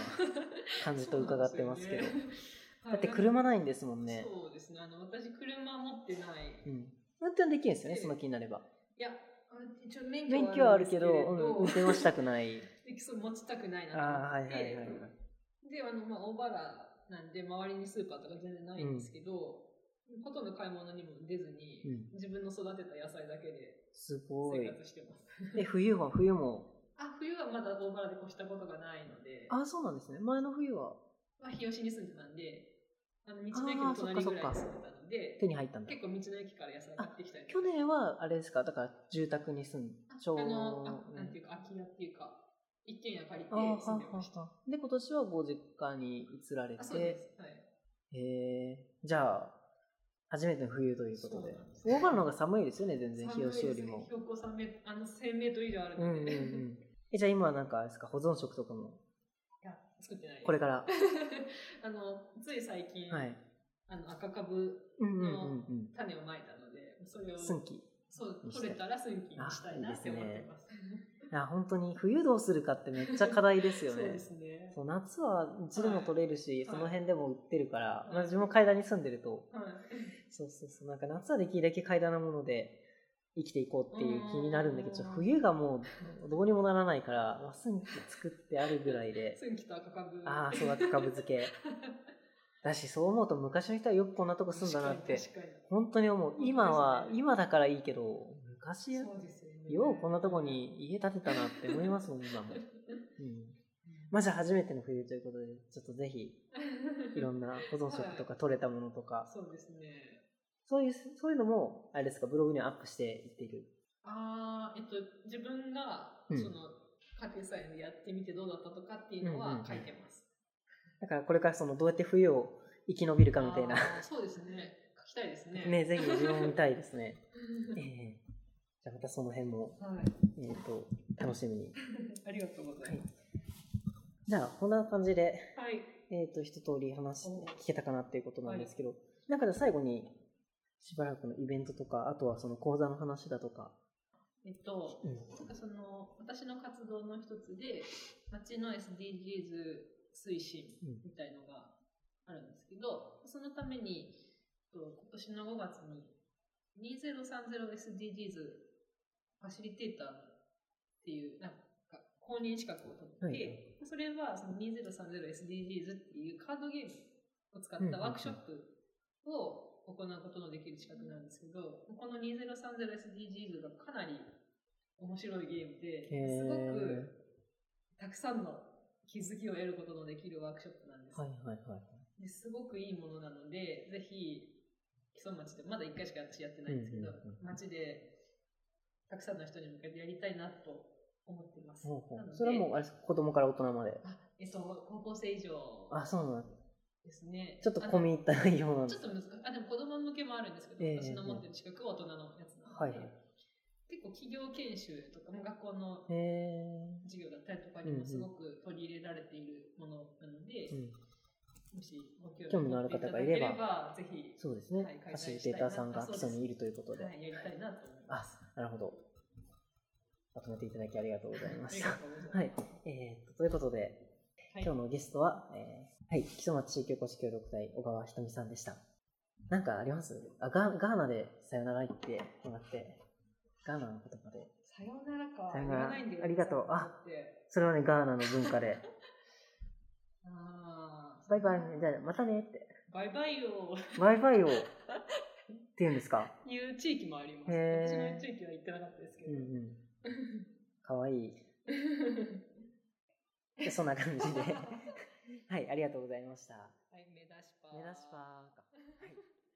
A: 感じと伺ってますけど。
B: そうなんですよね
A: だって車
B: い
A: ないんですもんね。
B: そうですねあの私車持ってない、
A: う
B: い
A: ん。運転できるんですよね、その気になれば。
B: やあの一応免許
A: 免許はあ
B: ん
A: る
B: です
A: けど、うん運転はしたくない。
B: でそう持ちたくないな
A: あ
B: と
A: あ、はい
B: 思っ
A: は
B: て、
A: いはいはい。
B: であの、まあ、大原なんで周りにスーパーとか全然ないんですけど、ほとんど買い物にも出ずに、
A: うん
B: 自分の育てた野菜だけです
A: ご
B: 生
A: い。
B: 活してます。
A: え、冬は、冬も。
B: あ冬はまだ大原で越したことがないので、
A: ああ、そうなんですね。前の冬は
B: まあ、日吉に住んでたんであの道の駅の隣ぐらいに住んでたので
A: 手に入ったんだ。
B: 結構道の駅から野菜買ってきたりとか
A: 去年はあれですかだから住宅に住ん
B: あ
A: ちょう
B: あのあなんて
A: う
B: いうか空き家っていうか一軒家借り
A: あ
B: て
A: は
B: 住んでま
A: は
B: した。
A: はで今年はご実家に移られ
B: あそうで
A: て
B: す、はい
A: へえじゃあ初めての冬ということで
B: そうなんです
A: 大原の方が寒いですよね全然
B: 寒
A: 日
B: いです
A: 吉よ
B: ね
A: りも、
B: 標高3メートルあの1000メートル以上ある
A: うんうん
B: の
A: う
B: で、
A: んえじゃあ今はなんかあれですか保存食とかも
B: いや作ってないです
A: これから
B: あのつい最近、
A: はい
B: あの赤かぶ
A: うんうんうんうん
B: 種をまいたのでそれを
A: 寸気
B: そう
A: にして
B: 取れたら寸金にしたいなって思ってます。
A: いや本当に冬どうするかってめっちゃ課題です
B: そ
A: よ
B: う
A: ね
B: ですね。
A: そう夏はうちでも取れるし、
B: い
A: その辺でも売ってるから、
B: い
A: まあ自分も階段に住んでると、
B: はい。
A: そうそうそう。なんか夏はできるだけ階段なもので生きていこうっていう気になるんだけど、ちょっと冬がもうどうにもならないから、まあ、スンキ作ってあるぐらいで、
B: 寸金と赤かぶ。
A: ああ、そうだ、高ぶ漬け。だし、そう思うと昔の人はよくこんなとこ住んだなって、
B: 確かに確か
A: 本当に思う。今は
B: 本、当ですね
A: 今だからいいけど、昔
B: に
A: よ
B: そうですよね。
A: うこんなとこ。に家建てたなって思いますもん、 今も。うん。まあじゃあ初めての冬ということで、ちょっとぜひ、いろんな保存食とか取れたものとか、
B: そうですね。
A: そういう、そういうのも、あれですか、ブログにはアップしていっている。
B: ああえっと自分が、
A: うん
B: その家庭菜園でやってみてどうだったとかっていうの
A: うんうんう
B: は
A: ん
B: 書いてます。
A: だからこれからその、どうやって冬を生き延びるかみたいな。
B: あーそうですね。書きたいですね。
A: ね、ぜひ自分も見たいですね。 ええじゃあまたその辺も、
B: はい。
A: えっ、と、楽しみに。
B: ありがとうございます。
A: じゃあ、こんな感じで、
B: はい。
A: えっ、と、一通り話
B: お
A: 聞けたかなっていうことなんですけど、なんかじゃあ最後に、しばらくのイベントとか、あとはその講座の話だとか。
B: えっと、
A: うん
B: なんかその私の活動の一つで町の SDGs 推進みたいのがあるんですけど、そのためにえっと今年の5月に 2030SDGs ファシリテーターっていうなんか公認資格を取って、
A: はい
B: それはその 2030SDGs っていうカードゲームを使ったワークショップを行うことのできる資格なんですけど、この 2030SDGs がかなり面白いゲーム
A: へー
B: で、すごくたくさんの気づきを得ることのできるワークショップなんです。
A: はいはいはい。
B: ですごくいいものなので、ぜひ、基礎町で、まだ1回しか私やってないんですけど、
A: うんうんうん
B: 町でたくさんの人に向けてやりたいなと思っています。
A: ほうほ
B: なの
A: う
B: で
A: それはもうあれですか子供から大人まで。
B: あ、えっと、高校生以上
A: あ、そうなんです。
B: ですね。
A: ちょっと込み入った内容なんで
B: ちょ
A: す
B: っ。と難しい。あ、でも子供向けもあるんですけど、
A: ええ
B: 私の持ってる資格は大人のやつなので、
A: はいはい。
B: 結構企業研修とか、学校の
A: へ
B: 授業だったりとかに
A: うんう
B: も
A: ん
B: すごく取り入れられているものなので、
A: ーうん。
B: もしご興
A: 興味のある方がいれば
B: 持ってただければぜひ、
A: そうですね
B: は
A: ファ
B: い開。催
A: シリテーターさんが基礎にいるということで
B: は。い、やりたいなと思いま
A: あ
B: す。、
A: なるほど。まとめていただきありがとうございま
B: あり
A: し
B: が
A: た。
B: とうございます。
A: はい。えー、とということで、
B: はい
A: 今日のゲストは、えーはい、木曽町地域おこし協力隊、小川ひとみさんでした。なんかありますあガー、ガーナでさよなら言ってもらって、ガーナの言葉で。
B: さよならか。
A: さよなら
B: 言わないんだよ
A: ありがとうあ
B: だって
A: それはね、ガーナの文化 で、
B: あー
A: バイバイ、じゃあまたねって、
B: バイバイを
A: バイバイを、って言うんですか
B: 言う地域もあります。
A: へー
B: 私の地域は行ってなかったですけ
A: うん
B: ど。
A: うん。かわいい。でそんな感じ で。はい、ありがとうございました。
B: はい、目出しパー。
A: 目指しパーか。はい